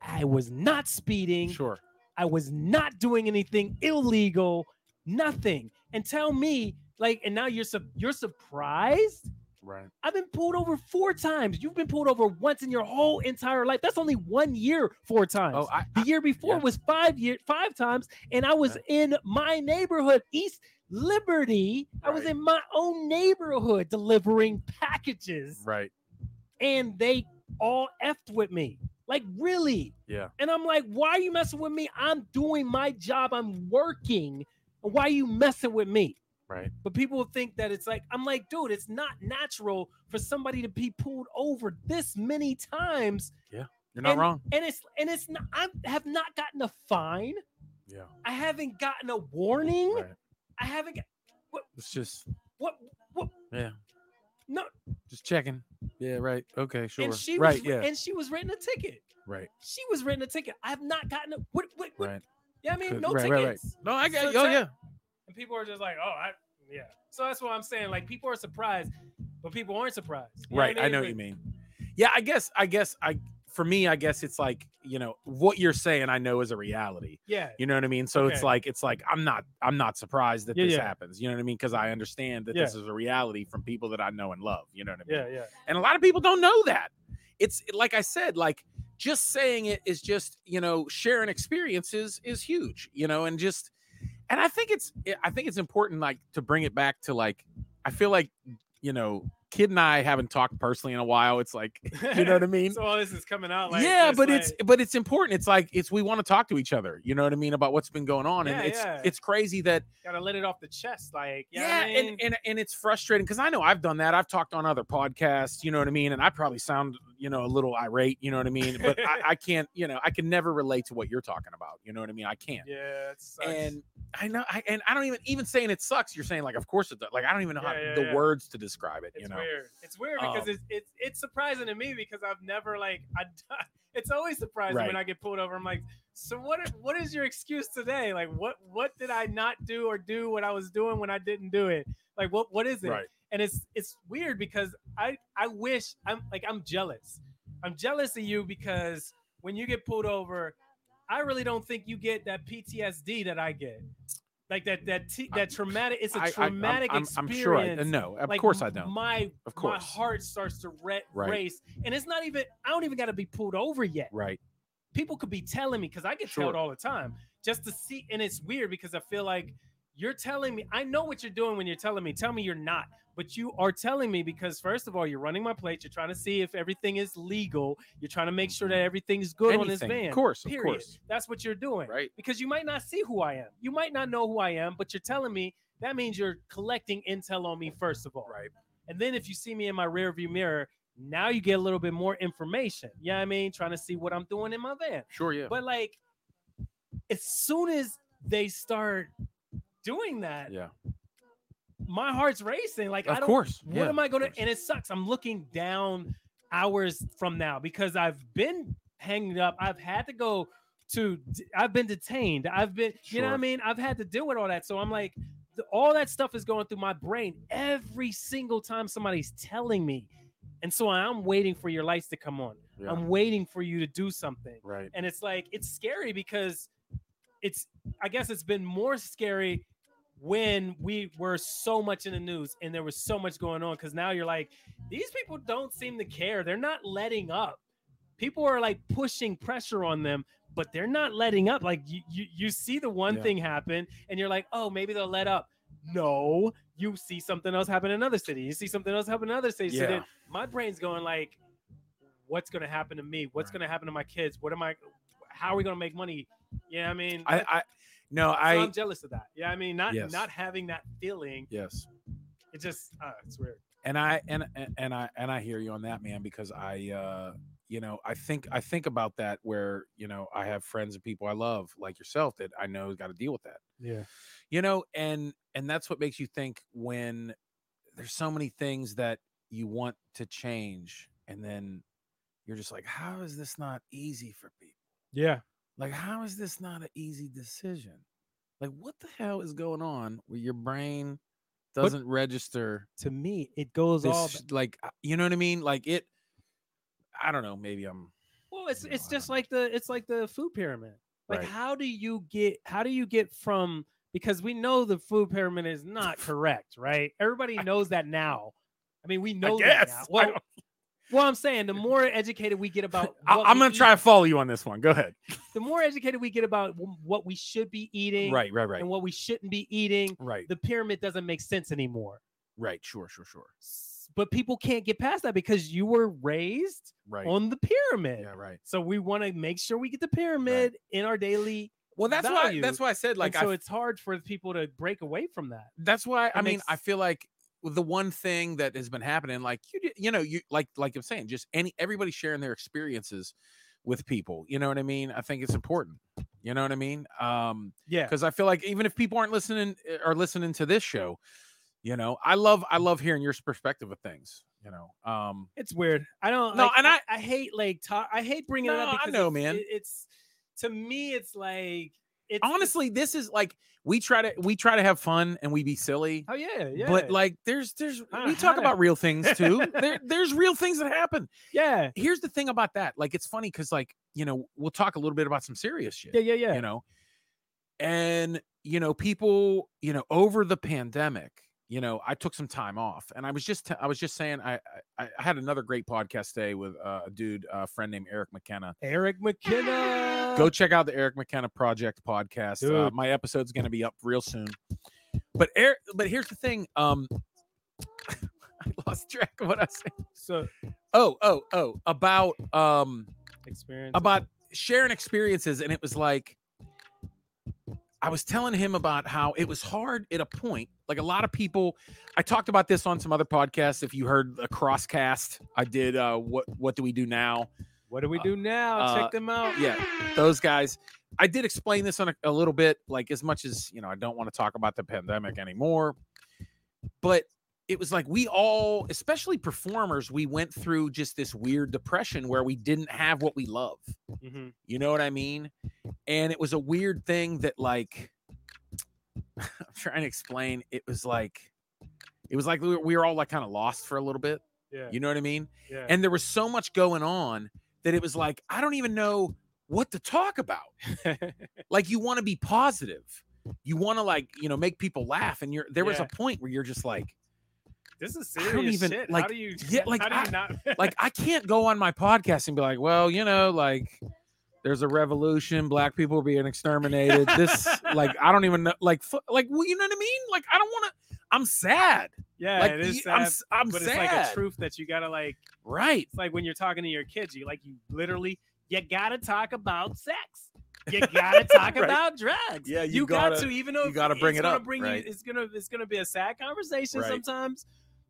[SPEAKER 3] I was not speeding. [LAUGHS]
[SPEAKER 8] Sure.
[SPEAKER 3] I was not doing anything illegal, nothing. And tell me, like, and now you're su- you're surprised?
[SPEAKER 8] Right.
[SPEAKER 3] I've been pulled over four times. You've been pulled over once in your whole entire life. That's only one year, four times.
[SPEAKER 8] Oh, I,
[SPEAKER 3] the year before
[SPEAKER 8] yeah.
[SPEAKER 3] was five year five times, and I was in my neighborhood, East Liberty. I was
[SPEAKER 8] Right.
[SPEAKER 3] in my own neighborhood delivering packages
[SPEAKER 8] right.
[SPEAKER 3] and they all effed with me. Like, really?
[SPEAKER 8] Yeah.
[SPEAKER 3] And I'm like, why are you messing with me? I'm doing my job. I'm working. Why are you messing with me?
[SPEAKER 8] Right.
[SPEAKER 3] But people think that it's like, I'm like, dude, it's not natural for somebody to be pulled over this many times.
[SPEAKER 8] You're not wrong.
[SPEAKER 3] And it's, and it's not, I have not gotten a fine.
[SPEAKER 8] Yeah.
[SPEAKER 3] I haven't gotten a warning.
[SPEAKER 8] Right.
[SPEAKER 3] I haven't, got-
[SPEAKER 8] It's just
[SPEAKER 3] what, what?
[SPEAKER 8] Yeah.
[SPEAKER 3] No.
[SPEAKER 8] just checking. Yeah. Right. Okay. Sure.
[SPEAKER 3] And she
[SPEAKER 8] right.
[SPEAKER 3] was,
[SPEAKER 8] yeah.
[SPEAKER 3] and she was written a ticket.
[SPEAKER 8] right.
[SPEAKER 3] She was written a ticket. I have not gotten a, what, what, what,
[SPEAKER 8] Right.
[SPEAKER 3] Yeah, I mean,
[SPEAKER 8] Could-
[SPEAKER 3] no
[SPEAKER 8] right,
[SPEAKER 3] tickets.
[SPEAKER 8] right, right. No, I got.
[SPEAKER 3] So
[SPEAKER 8] oh
[SPEAKER 3] tell-
[SPEAKER 8] yeah.
[SPEAKER 3] And people are just like, oh, I, yeah. So that's what I'm saying. Like, people are surprised, but people aren't surprised. You
[SPEAKER 8] Right. I
[SPEAKER 3] mean?
[SPEAKER 8] know what
[SPEAKER 3] Like,
[SPEAKER 8] you mean. Yeah. I guess. I guess. I. For me, I guess it's like you know what you're saying. I know is a reality.
[SPEAKER 3] Yeah.
[SPEAKER 8] You know what I mean? So it's
[SPEAKER 3] Okay.
[SPEAKER 8] like it's like I'm not I'm not surprised that
[SPEAKER 3] Yeah,
[SPEAKER 8] this
[SPEAKER 3] yeah.
[SPEAKER 8] happens. You know what I mean? Because I understand that
[SPEAKER 3] Yeah.
[SPEAKER 8] this is a reality from people that I know and love. You know what I mean?
[SPEAKER 3] Yeah. Yeah.
[SPEAKER 8] And a lot of people don't know that. It's like I said, like just saying it is just, you know, sharing experiences is huge, you know, and just and I think it's eh, I think it's important like to bring it back to like I feel like, you know, kid and I haven't talked personally in a while.
[SPEAKER 3] [LAUGHS]
[SPEAKER 8] It's like, [LAUGHS] you know what I mean?
[SPEAKER 3] So all this is coming out. Like,
[SPEAKER 8] yeah,
[SPEAKER 3] just
[SPEAKER 8] but it's
[SPEAKER 3] like-
[SPEAKER 8] but it's important. It's like it's we want to talk to each other. You know what I mean about what's been going on, and
[SPEAKER 3] Yeah,
[SPEAKER 8] it's
[SPEAKER 3] yeah.
[SPEAKER 8] it's crazy that
[SPEAKER 3] gotta let it off the chest. Like, you know
[SPEAKER 8] yeah,
[SPEAKER 3] what I mean?
[SPEAKER 8] and, and and it's frustrating because I know I've done that. I've talked on other podcasts. You know what I mean, and I probably sound you know a little irate. You know what I mean, [LAUGHS]
[SPEAKER 3] [LAUGHS]
[SPEAKER 8] but I, I can't. You know, I can never relate to what you're talking about. You know what I mean? I can't.
[SPEAKER 3] yeah. It sucks.
[SPEAKER 8] And I know, I, and I don't even even saying it sucks. You're saying like, of course it does. Like I don't even know how,
[SPEAKER 3] Yeah, yeah,
[SPEAKER 8] the
[SPEAKER 3] yeah.
[SPEAKER 8] words to describe it.
[SPEAKER 3] it's
[SPEAKER 8] you know,
[SPEAKER 3] weird. It's weird because
[SPEAKER 8] Um,
[SPEAKER 3] it's, it's it's surprising to me because I've never like [LAUGHS] I. It's always surprising
[SPEAKER 8] Right.
[SPEAKER 3] when I get pulled over. I'm like, so what? What is your excuse today? Like, what what did I not do or do what I was doing when I didn't do it? Like, what what is it?
[SPEAKER 8] Right.
[SPEAKER 3] And it's it's weird because I I wish I'm like I'm jealous. I'm jealous of you because when you get pulled over, I really don't think you get that PTSD that I get. Like that that t-
[SPEAKER 8] I-
[SPEAKER 3] that traumatic. It's
[SPEAKER 8] I- I-
[SPEAKER 3] a
[SPEAKER 8] I'm-
[SPEAKER 3] traumatic
[SPEAKER 8] I'm, I'm,
[SPEAKER 3] experience.
[SPEAKER 8] sure. I, uh, no, of
[SPEAKER 3] Like,
[SPEAKER 8] course I don't.
[SPEAKER 3] My
[SPEAKER 8] Of course.
[SPEAKER 3] my heart starts to re-
[SPEAKER 8] Right.
[SPEAKER 3] race, and it's not even. I don't even got to be pulled over yet.
[SPEAKER 8] right.
[SPEAKER 3] People could be telling me because I get
[SPEAKER 8] Sure.
[SPEAKER 3] told all the time just to see, and it's weird because I feel like you're telling me. I know what you're doing when you're telling me. Tell me you're not, but you are telling me because first of all, you're running my plate. You're trying to see if everything is legal. You're trying to make sure that everything's good on this
[SPEAKER 8] Mm-hmm. Anything.
[SPEAKER 3] van.
[SPEAKER 8] Of course. Of
[SPEAKER 3] Period.
[SPEAKER 8] course.
[SPEAKER 3] That's what you're doing
[SPEAKER 8] Right.
[SPEAKER 3] because you might not see who I am. You might not know who I am, but you're telling me that means you're collecting intel on me first of all.
[SPEAKER 8] Right.
[SPEAKER 3] And then if you see me in my rear view mirror, now you get a little bit more information. Yeah, I mean, trying to see what I'm doing in my van.
[SPEAKER 8] Sure. Yeah.
[SPEAKER 3] But like as soon as they start doing that,
[SPEAKER 8] yeah.
[SPEAKER 3] my heart's racing. Like I
[SPEAKER 8] Of
[SPEAKER 3] don't
[SPEAKER 8] course.
[SPEAKER 3] what
[SPEAKER 8] yeah.
[SPEAKER 3] am I gonna
[SPEAKER 8] course.
[SPEAKER 3] and it sucks. I'm looking down hours from now because I've been hanging up. I've had to go to I've been detained. I've been you know what I
[SPEAKER 8] Sure.
[SPEAKER 3] mean? I've had to deal with all that. So I'm like th- all that stuff is going through my brain every single time somebody's telling me. And so I'm waiting for your lights to come on.
[SPEAKER 8] Yeah.
[SPEAKER 3] I'm waiting for you to do something.
[SPEAKER 8] Right.
[SPEAKER 3] And it's like it's scary because it's I guess it's been more scary when we were so much in the news and there was so much going on cuz now you're like these people don't seem to care. They're not letting up. People are like pushing pressure on them, but they're not letting up. Like you you, you see the one
[SPEAKER 8] Yeah.
[SPEAKER 3] thing happen and you're like, "Oh, maybe they'll let up." No, you see something else happen in another city. You see something else happen in another city. So
[SPEAKER 8] Yeah.
[SPEAKER 3] then my brain's going like what's going to happen to me? What's
[SPEAKER 8] Right.
[SPEAKER 3] going to happen to my kids? What am I how are we going to make money? Yeah, I mean,
[SPEAKER 8] I,
[SPEAKER 3] that-
[SPEAKER 8] I no,
[SPEAKER 3] so
[SPEAKER 8] I
[SPEAKER 3] I'm jealous of that. Yeah, I mean, not
[SPEAKER 8] Yes.
[SPEAKER 3] not having that feeling,
[SPEAKER 8] yes,
[SPEAKER 3] it just uh, it's weird.
[SPEAKER 8] and I and and- and I and I hear you on that, man, because I, uh, you know, I think I think about that where you know I have friends and people I love like yourself that I know got to deal with that,
[SPEAKER 3] Yeah,
[SPEAKER 8] you know, and and that's what makes you think when there's so many things that you want to change, and then you're just like, how is this not easy for people?
[SPEAKER 3] yeah,
[SPEAKER 8] Like, how is this not an easy decision? Like, what the hell is going on where your brain doesn't register
[SPEAKER 9] To me, it goes all.
[SPEAKER 8] this? Like, uh, you know what I mean? Like it. I don't know. Maybe I'm.
[SPEAKER 3] Well, it's
[SPEAKER 8] No,
[SPEAKER 3] it's
[SPEAKER 8] I
[SPEAKER 3] just like the it's like the food pyramid. Like
[SPEAKER 8] Right.
[SPEAKER 3] how do you get how do you get from because we know the food pyramid is not correct, right? Everybody knows that now. I mean, we know that now.
[SPEAKER 10] guess. I
[SPEAKER 3] Well,
[SPEAKER 10] don't-
[SPEAKER 3] well, I'm saying the more educated we get about
[SPEAKER 10] I,
[SPEAKER 3] what
[SPEAKER 10] I'm
[SPEAKER 3] we
[SPEAKER 10] gonna
[SPEAKER 3] eat-
[SPEAKER 10] try to follow you on this one. Go ahead.
[SPEAKER 3] The more educated we get about w- what we should be eating
[SPEAKER 8] Right, right, right,
[SPEAKER 3] and what we shouldn't be eating,
[SPEAKER 8] right,
[SPEAKER 3] the pyramid doesn't make sense anymore.
[SPEAKER 8] right. Sure, sure, sure.
[SPEAKER 3] S- But people can't get past that because you were raised
[SPEAKER 8] Right.
[SPEAKER 3] on the pyramid.
[SPEAKER 8] yeah, right.
[SPEAKER 3] So we want to make sure we get the pyramid in our daily.
[SPEAKER 8] Well, that's why.
[SPEAKER 3] value.
[SPEAKER 8] That's why I said
[SPEAKER 3] Like,
[SPEAKER 8] like
[SPEAKER 3] so
[SPEAKER 8] I
[SPEAKER 3] it's hard for people to break away from that.
[SPEAKER 8] that's why i mean i
[SPEAKER 3] makes-
[SPEAKER 8] feel like the one thing that has been happening like you di- you know you like like i'm saying just any everybody sharing their experiences with people you know what i mean i think it's important you know what i mean um
[SPEAKER 3] Yeah.
[SPEAKER 8] because i feel like even if people aren't listening eh, are listening to this show you know i love i love hearing your perspective of things you know um
[SPEAKER 3] It's weird. I don't.
[SPEAKER 8] No,
[SPEAKER 3] like,
[SPEAKER 8] and I-
[SPEAKER 3] I hate like talk, I hate bringing it
[SPEAKER 8] No, I
[SPEAKER 3] up. because
[SPEAKER 8] know,
[SPEAKER 3] it's-
[SPEAKER 8] man.
[SPEAKER 3] it- it's to me, it's like it's the-
[SPEAKER 8] honestly this is like we try to we try to have fun and we be silly
[SPEAKER 3] Oh yeah, yeah.
[SPEAKER 8] but like there's there's
[SPEAKER 3] I
[SPEAKER 8] we talk
[SPEAKER 3] had it.
[SPEAKER 8] about real things too there, there's real things that happen
[SPEAKER 3] yeah,
[SPEAKER 8] here's the thing about that. Like, it's funny because, like, you know, we'll talk a little bit about some serious shit,
[SPEAKER 3] yeah, yeah, yeah.
[SPEAKER 8] [LAUGHS] you know, and, you know, people, you know, over the pandemic, you know, I took some time off and I was just, t- I was just saying, I, I, I had another great podcast today with uh, a dude, a friend named Eric McKenna.
[SPEAKER 3] Eric McKenna.
[SPEAKER 8] Go check out the Eric McKenna Project podcast. Uh,
[SPEAKER 3] Dude.
[SPEAKER 8] my episode's going to be up real soon. But Eric, but here's the thing. Um, [LAUGHS] I lost track of what I was saying.
[SPEAKER 3] So
[SPEAKER 8] Oh, oh, oh, about, um,
[SPEAKER 3] experience
[SPEAKER 8] about sharing experiences and it was like i was telling him about how it was hard at a point like a lot of people i talked about this on some other podcasts if you heard the crosscast i did uh what what do we do now
[SPEAKER 3] What do we
[SPEAKER 8] uh,
[SPEAKER 3] do now?
[SPEAKER 8] uh,
[SPEAKER 3] check them out.
[SPEAKER 8] yeah those guys i did explain this on a, a little bit like as much as you know i don't want to talk about the pandemic anymore but it was like we all especially performers we went through just this weird depression where we didn't have what we love
[SPEAKER 3] Mhm.
[SPEAKER 8] you know what I mean? And it was a weird thing that like [LAUGHS] I'm trying to explain. It was like it was like we were, we were all like kind of lost for a little bit.
[SPEAKER 3] Yeah.
[SPEAKER 8] You know what I mean?
[SPEAKER 3] Yeah.
[SPEAKER 8] And there was so much going on that it was like I don't even know what to
[SPEAKER 3] [LAUGHS]
[SPEAKER 8] talk about. like you want to be positive. You want to like, you know, make people laugh and you're there was
[SPEAKER 3] Yeah.
[SPEAKER 8] a point where you're just like
[SPEAKER 3] This is
[SPEAKER 8] I don't
[SPEAKER 3] serious
[SPEAKER 8] even-
[SPEAKER 3] shit.
[SPEAKER 8] like,
[SPEAKER 3] how do you?
[SPEAKER 8] yeah, like,
[SPEAKER 3] how do
[SPEAKER 8] I-
[SPEAKER 3] you not? [LAUGHS]
[SPEAKER 8] like I can't go on my podcast and be like, well, you know, like there's a revolution, black people are being exterminated. [LAUGHS] This, like, I don't even know, like, fu- like, well, you know what I mean? Like, I don't want to. I'm sad.
[SPEAKER 3] yeah,
[SPEAKER 8] like,
[SPEAKER 3] it is
[SPEAKER 8] you-
[SPEAKER 3] sad,
[SPEAKER 8] I'm, s- I'm
[SPEAKER 3] but
[SPEAKER 8] sad.
[SPEAKER 3] it's like a truth that you gotta like.
[SPEAKER 8] Right.
[SPEAKER 3] It's like when you're talking to your kids, you like you literally you gotta talk about sex. You
[SPEAKER 8] [LAUGHS]
[SPEAKER 3] gotta talk
[SPEAKER 8] Right.
[SPEAKER 3] about drugs.
[SPEAKER 8] Yeah, you
[SPEAKER 3] you, got
[SPEAKER 8] gotta-
[SPEAKER 3] to even though
[SPEAKER 8] you gotta bring
[SPEAKER 3] it's
[SPEAKER 8] it
[SPEAKER 3] gonna
[SPEAKER 8] up,
[SPEAKER 3] Bring
[SPEAKER 8] right.
[SPEAKER 3] you, it's gonna it's gonna be a sad conversation
[SPEAKER 8] Right.
[SPEAKER 3] sometimes,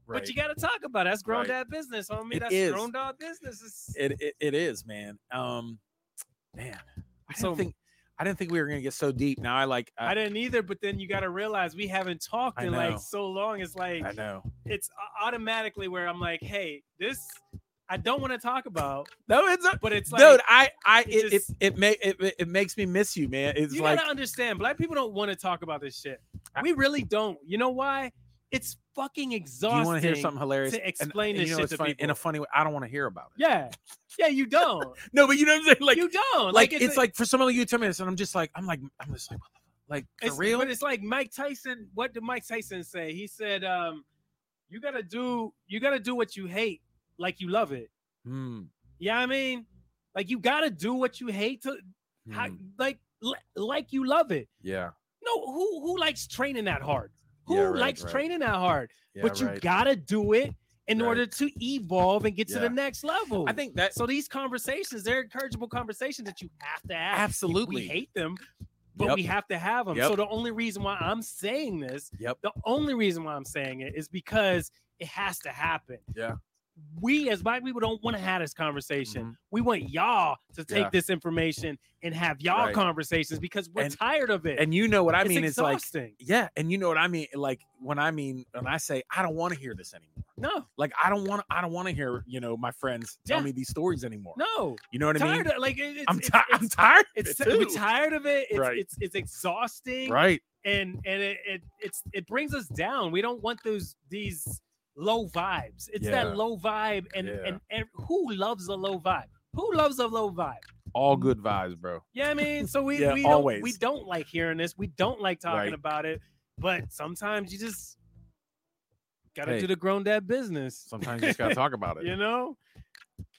[SPEAKER 8] Right.
[SPEAKER 3] but you gotta talk about it. that's grown dad
[SPEAKER 8] Right.
[SPEAKER 3] business, homie.
[SPEAKER 8] It
[SPEAKER 3] that's
[SPEAKER 8] is.
[SPEAKER 3] grown dad business. It's-
[SPEAKER 8] it, it it is, man. Um, man, I didn't
[SPEAKER 3] So-
[SPEAKER 8] think I didn't think we were gonna get so deep. Now I like
[SPEAKER 3] I didn't either, but then you gotta realize we haven't talked
[SPEAKER 8] I
[SPEAKER 3] in
[SPEAKER 8] know.
[SPEAKER 3] like so long. It's like
[SPEAKER 8] I know.
[SPEAKER 3] it's a- automatically where I'm like, hey, this I don't want to talk about,
[SPEAKER 8] No, it's not.
[SPEAKER 3] but it's like
[SPEAKER 8] Dude, I, I,
[SPEAKER 3] it
[SPEAKER 8] it,
[SPEAKER 3] just-
[SPEAKER 8] it, it, may, it, it- it makes me miss you, man. It's
[SPEAKER 3] you
[SPEAKER 8] like,
[SPEAKER 3] gotta understand, black people don't want to talk about this shit. We really don't. You know why? It's fucking
[SPEAKER 8] do
[SPEAKER 3] exhausting.
[SPEAKER 8] you want to hear something hilarious?
[SPEAKER 3] to explain
[SPEAKER 8] and
[SPEAKER 3] this
[SPEAKER 8] you know,
[SPEAKER 3] shit
[SPEAKER 8] it's
[SPEAKER 3] to
[SPEAKER 8] funny, in
[SPEAKER 3] people. [LAUGHS]
[SPEAKER 8] a funny way. I don't want to hear about it.
[SPEAKER 3] Yeah, yeah, you don't.
[SPEAKER 8] No, but you know what I'm saying? [LAUGHS] Like,
[SPEAKER 3] you don't.
[SPEAKER 8] like, it's, like for some of you tell me this, and I'm just like, I'm like, I'm just like, what the fuck? like for
[SPEAKER 3] it's,
[SPEAKER 8] real?
[SPEAKER 3] But it's like Mike Tyson. What did Mike Tyson say? He said, um, "You gotta do. You gotta do what you hate, like you love it."
[SPEAKER 8] Hmm,
[SPEAKER 3] Yeah, I mean, like you gotta do what you hate to, how,
[SPEAKER 8] hmm,
[SPEAKER 3] like, li- like you love it.
[SPEAKER 8] yeah,
[SPEAKER 3] No, who who likes training that hard? Who
[SPEAKER 8] Yeah, right,
[SPEAKER 3] likes
[SPEAKER 8] right.
[SPEAKER 3] training that hard?
[SPEAKER 8] yeah,
[SPEAKER 3] but you
[SPEAKER 8] right.
[SPEAKER 3] gotta do it in
[SPEAKER 8] Right.
[SPEAKER 3] order to evolve and get to
[SPEAKER 8] Yeah.
[SPEAKER 3] the next level.
[SPEAKER 8] I think that
[SPEAKER 3] so. These conversations, they're encourageable conversations that you have to have.
[SPEAKER 8] absolutely.
[SPEAKER 3] We hate them, but
[SPEAKER 8] Yep.
[SPEAKER 3] we have to have them.
[SPEAKER 8] Yep.
[SPEAKER 3] So the only reason why I'm saying this,
[SPEAKER 8] Yep.
[SPEAKER 3] the only reason why I'm saying it is because it has to happen.
[SPEAKER 8] Yeah. Mm-hmm.
[SPEAKER 3] we as black people don't want to have this conversation. We want y'all to take
[SPEAKER 8] Yeah.
[SPEAKER 3] this information and have y'all all
[SPEAKER 8] Right.
[SPEAKER 3] conversations because we're
[SPEAKER 8] And-
[SPEAKER 3] tired of it.
[SPEAKER 8] And you know what I
[SPEAKER 3] It's
[SPEAKER 8] mean? It's like
[SPEAKER 3] exhausting.
[SPEAKER 8] yeah, and you know what I mean? Like when I mean when I say I don't want to hear this anymore.
[SPEAKER 3] no,
[SPEAKER 8] Like I don't want I don't want to hear, you know, my friends tell
[SPEAKER 3] Yeah.
[SPEAKER 8] me these stories anymore.
[SPEAKER 3] no,
[SPEAKER 8] You know what I mean?
[SPEAKER 3] tired. Of, like it- it's,
[SPEAKER 8] I'm,
[SPEAKER 3] it's,
[SPEAKER 8] ti- I'm tired. of
[SPEAKER 3] it's,
[SPEAKER 8] it,
[SPEAKER 3] we're
[SPEAKER 8] too.
[SPEAKER 3] tired of it. It's
[SPEAKER 8] Right.
[SPEAKER 3] it's, it's exhausting.
[SPEAKER 8] Right.
[SPEAKER 3] and and it, it it's it brings us down. We don't want those these low vibes. It's
[SPEAKER 8] Yeah.
[SPEAKER 3] that low vibe, and,
[SPEAKER 8] Yeah.
[SPEAKER 3] and and who loves a low vibe? Who loves a low vibe?
[SPEAKER 8] All good vibes, bro.
[SPEAKER 3] Yeah, I mean, so we
[SPEAKER 8] Yeah,
[SPEAKER 3] we
[SPEAKER 8] always.
[SPEAKER 3] Don't, we don't like hearing this. We don't like talking
[SPEAKER 8] Right.
[SPEAKER 3] about it. But sometimes you just gotta
[SPEAKER 8] Hey.
[SPEAKER 3] do the grown dad business.
[SPEAKER 8] Sometimes you just [LAUGHS] gotta talk about it.
[SPEAKER 3] You know.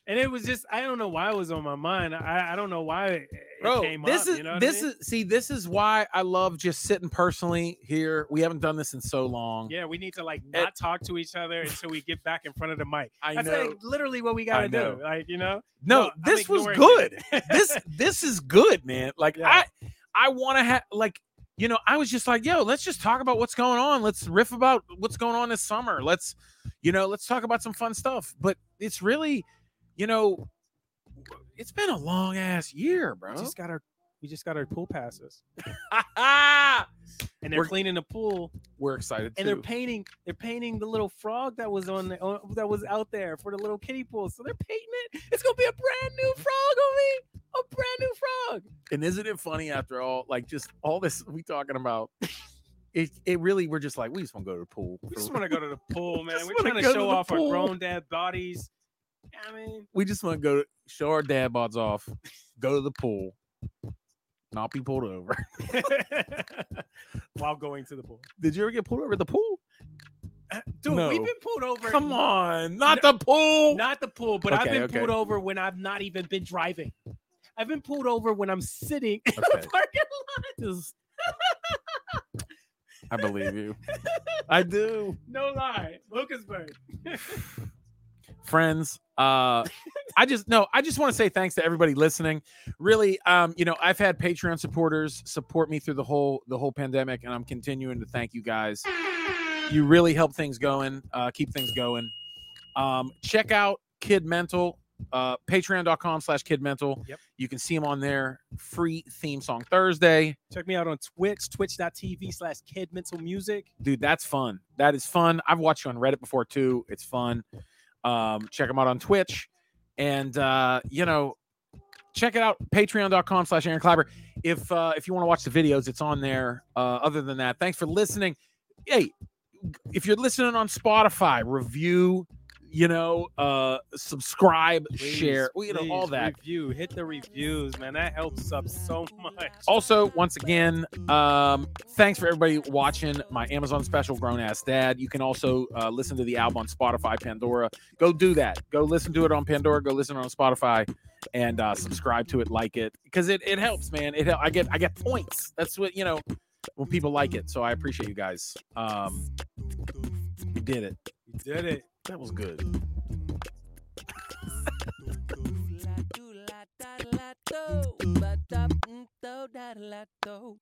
[SPEAKER 3] And it was just I don't know why it was on my mind. I, I don't know why it, it
[SPEAKER 8] bro
[SPEAKER 3] came
[SPEAKER 8] this
[SPEAKER 3] up.
[SPEAKER 8] is
[SPEAKER 3] you know what I
[SPEAKER 8] this
[SPEAKER 3] mean?
[SPEAKER 8] is see this is why i love just sitting personally here we haven't done this in so long
[SPEAKER 3] yeah. We need to like not talk to each other until we get back in front of the mic.
[SPEAKER 8] i
[SPEAKER 3] That's
[SPEAKER 8] know
[SPEAKER 3] like literally what we gotta
[SPEAKER 8] know.
[SPEAKER 3] do. Like, you know?
[SPEAKER 8] no
[SPEAKER 3] I'm
[SPEAKER 8] this was
[SPEAKER 3] ignoring you.
[SPEAKER 8] good
[SPEAKER 3] [LAUGHS]
[SPEAKER 8] this this is good man like
[SPEAKER 3] Yeah.
[SPEAKER 8] i i want to have like you know i was just like yo let's just talk about what's going on let's riff about what's going on this summer let's you know let's talk about some fun stuff but it's really you know it's been a long ass year bro
[SPEAKER 3] we just got our we just got our pool passes. And they're
[SPEAKER 8] We're-
[SPEAKER 3] cleaning the pool
[SPEAKER 8] we're excited
[SPEAKER 3] and they're
[SPEAKER 8] too.
[SPEAKER 3] painting they're painting the little frog that was on the, on- that was out there for the little kiddie pool. So they're painting it. It's gonna be a brand new frog on me. A brand new frog.
[SPEAKER 8] And isn't it funny after all, like just all this we talking about? It, it really we're just like we just want to go to the pool.
[SPEAKER 3] We
[SPEAKER 8] for-
[SPEAKER 3] just wanna go to the [LAUGHS] pool, man.
[SPEAKER 8] just
[SPEAKER 3] We're
[SPEAKER 8] wanna
[SPEAKER 3] trying to
[SPEAKER 8] go to
[SPEAKER 3] show
[SPEAKER 8] the
[SPEAKER 3] off
[SPEAKER 8] pool.
[SPEAKER 3] our grown dad bodies. I mean,
[SPEAKER 8] we just want to go to show our dad bods off, go to the pool, not be pulled over.
[SPEAKER 3] [LAUGHS] while going to the pool, Uh,
[SPEAKER 8] Did you ever get pulled over at the pool?
[SPEAKER 3] dude, we've
[SPEAKER 8] No.
[SPEAKER 3] been pulled over.
[SPEAKER 8] Come on, not the pool.
[SPEAKER 3] Not the pool, but I've
[SPEAKER 8] Okay,
[SPEAKER 3] been
[SPEAKER 8] okay.
[SPEAKER 3] pulled over when I've not even been driving. I've been pulled over when I'm sitting in
[SPEAKER 8] Okay.
[SPEAKER 3] the parking lot. [LAUGHS] Just
[SPEAKER 8] I believe you. I do.
[SPEAKER 3] no lie, Lucasburg.
[SPEAKER 8] friends uh i just no i just want to say thanks to everybody listening really um you know i've had patreon supporters support me through the whole the whole pandemic and i'm continuing to thank you guys you really help things going uh keep things going um check out kid mental uh patreon.com slash kid mental
[SPEAKER 3] Yep.
[SPEAKER 8] you can see them on there free theme song thursday
[SPEAKER 3] Check me out on Twitch, twitch.tv slash kid mental music.
[SPEAKER 8] dude that's fun that is fun i've watched you on reddit before too it's fun um check them out on twitch and uh you know check it out patreon.com slash aaron Kleiber. if uh if you want to watch the videos it's on there uh other than that thanks for listening hey if you're listening on spotify review you know uh subscribe share
[SPEAKER 3] Please,
[SPEAKER 8] you know all
[SPEAKER 3] please
[SPEAKER 8] that
[SPEAKER 3] Review, hit the reviews, man. That helps up so much.
[SPEAKER 8] also once again um, thanks for everybody watching my amazon special grown ass dad you can also uh, listen to the album on spotify pandora go do that go listen to it on pandora go listen on spotify and uh, subscribe to it like it because it, it helps man it hel- i get i get points that's what you know when people like it so i appreciate you guys um we did it
[SPEAKER 3] You did it.
[SPEAKER 8] that was good
[SPEAKER 11] do la do la da la do, ba da mm, do da la do.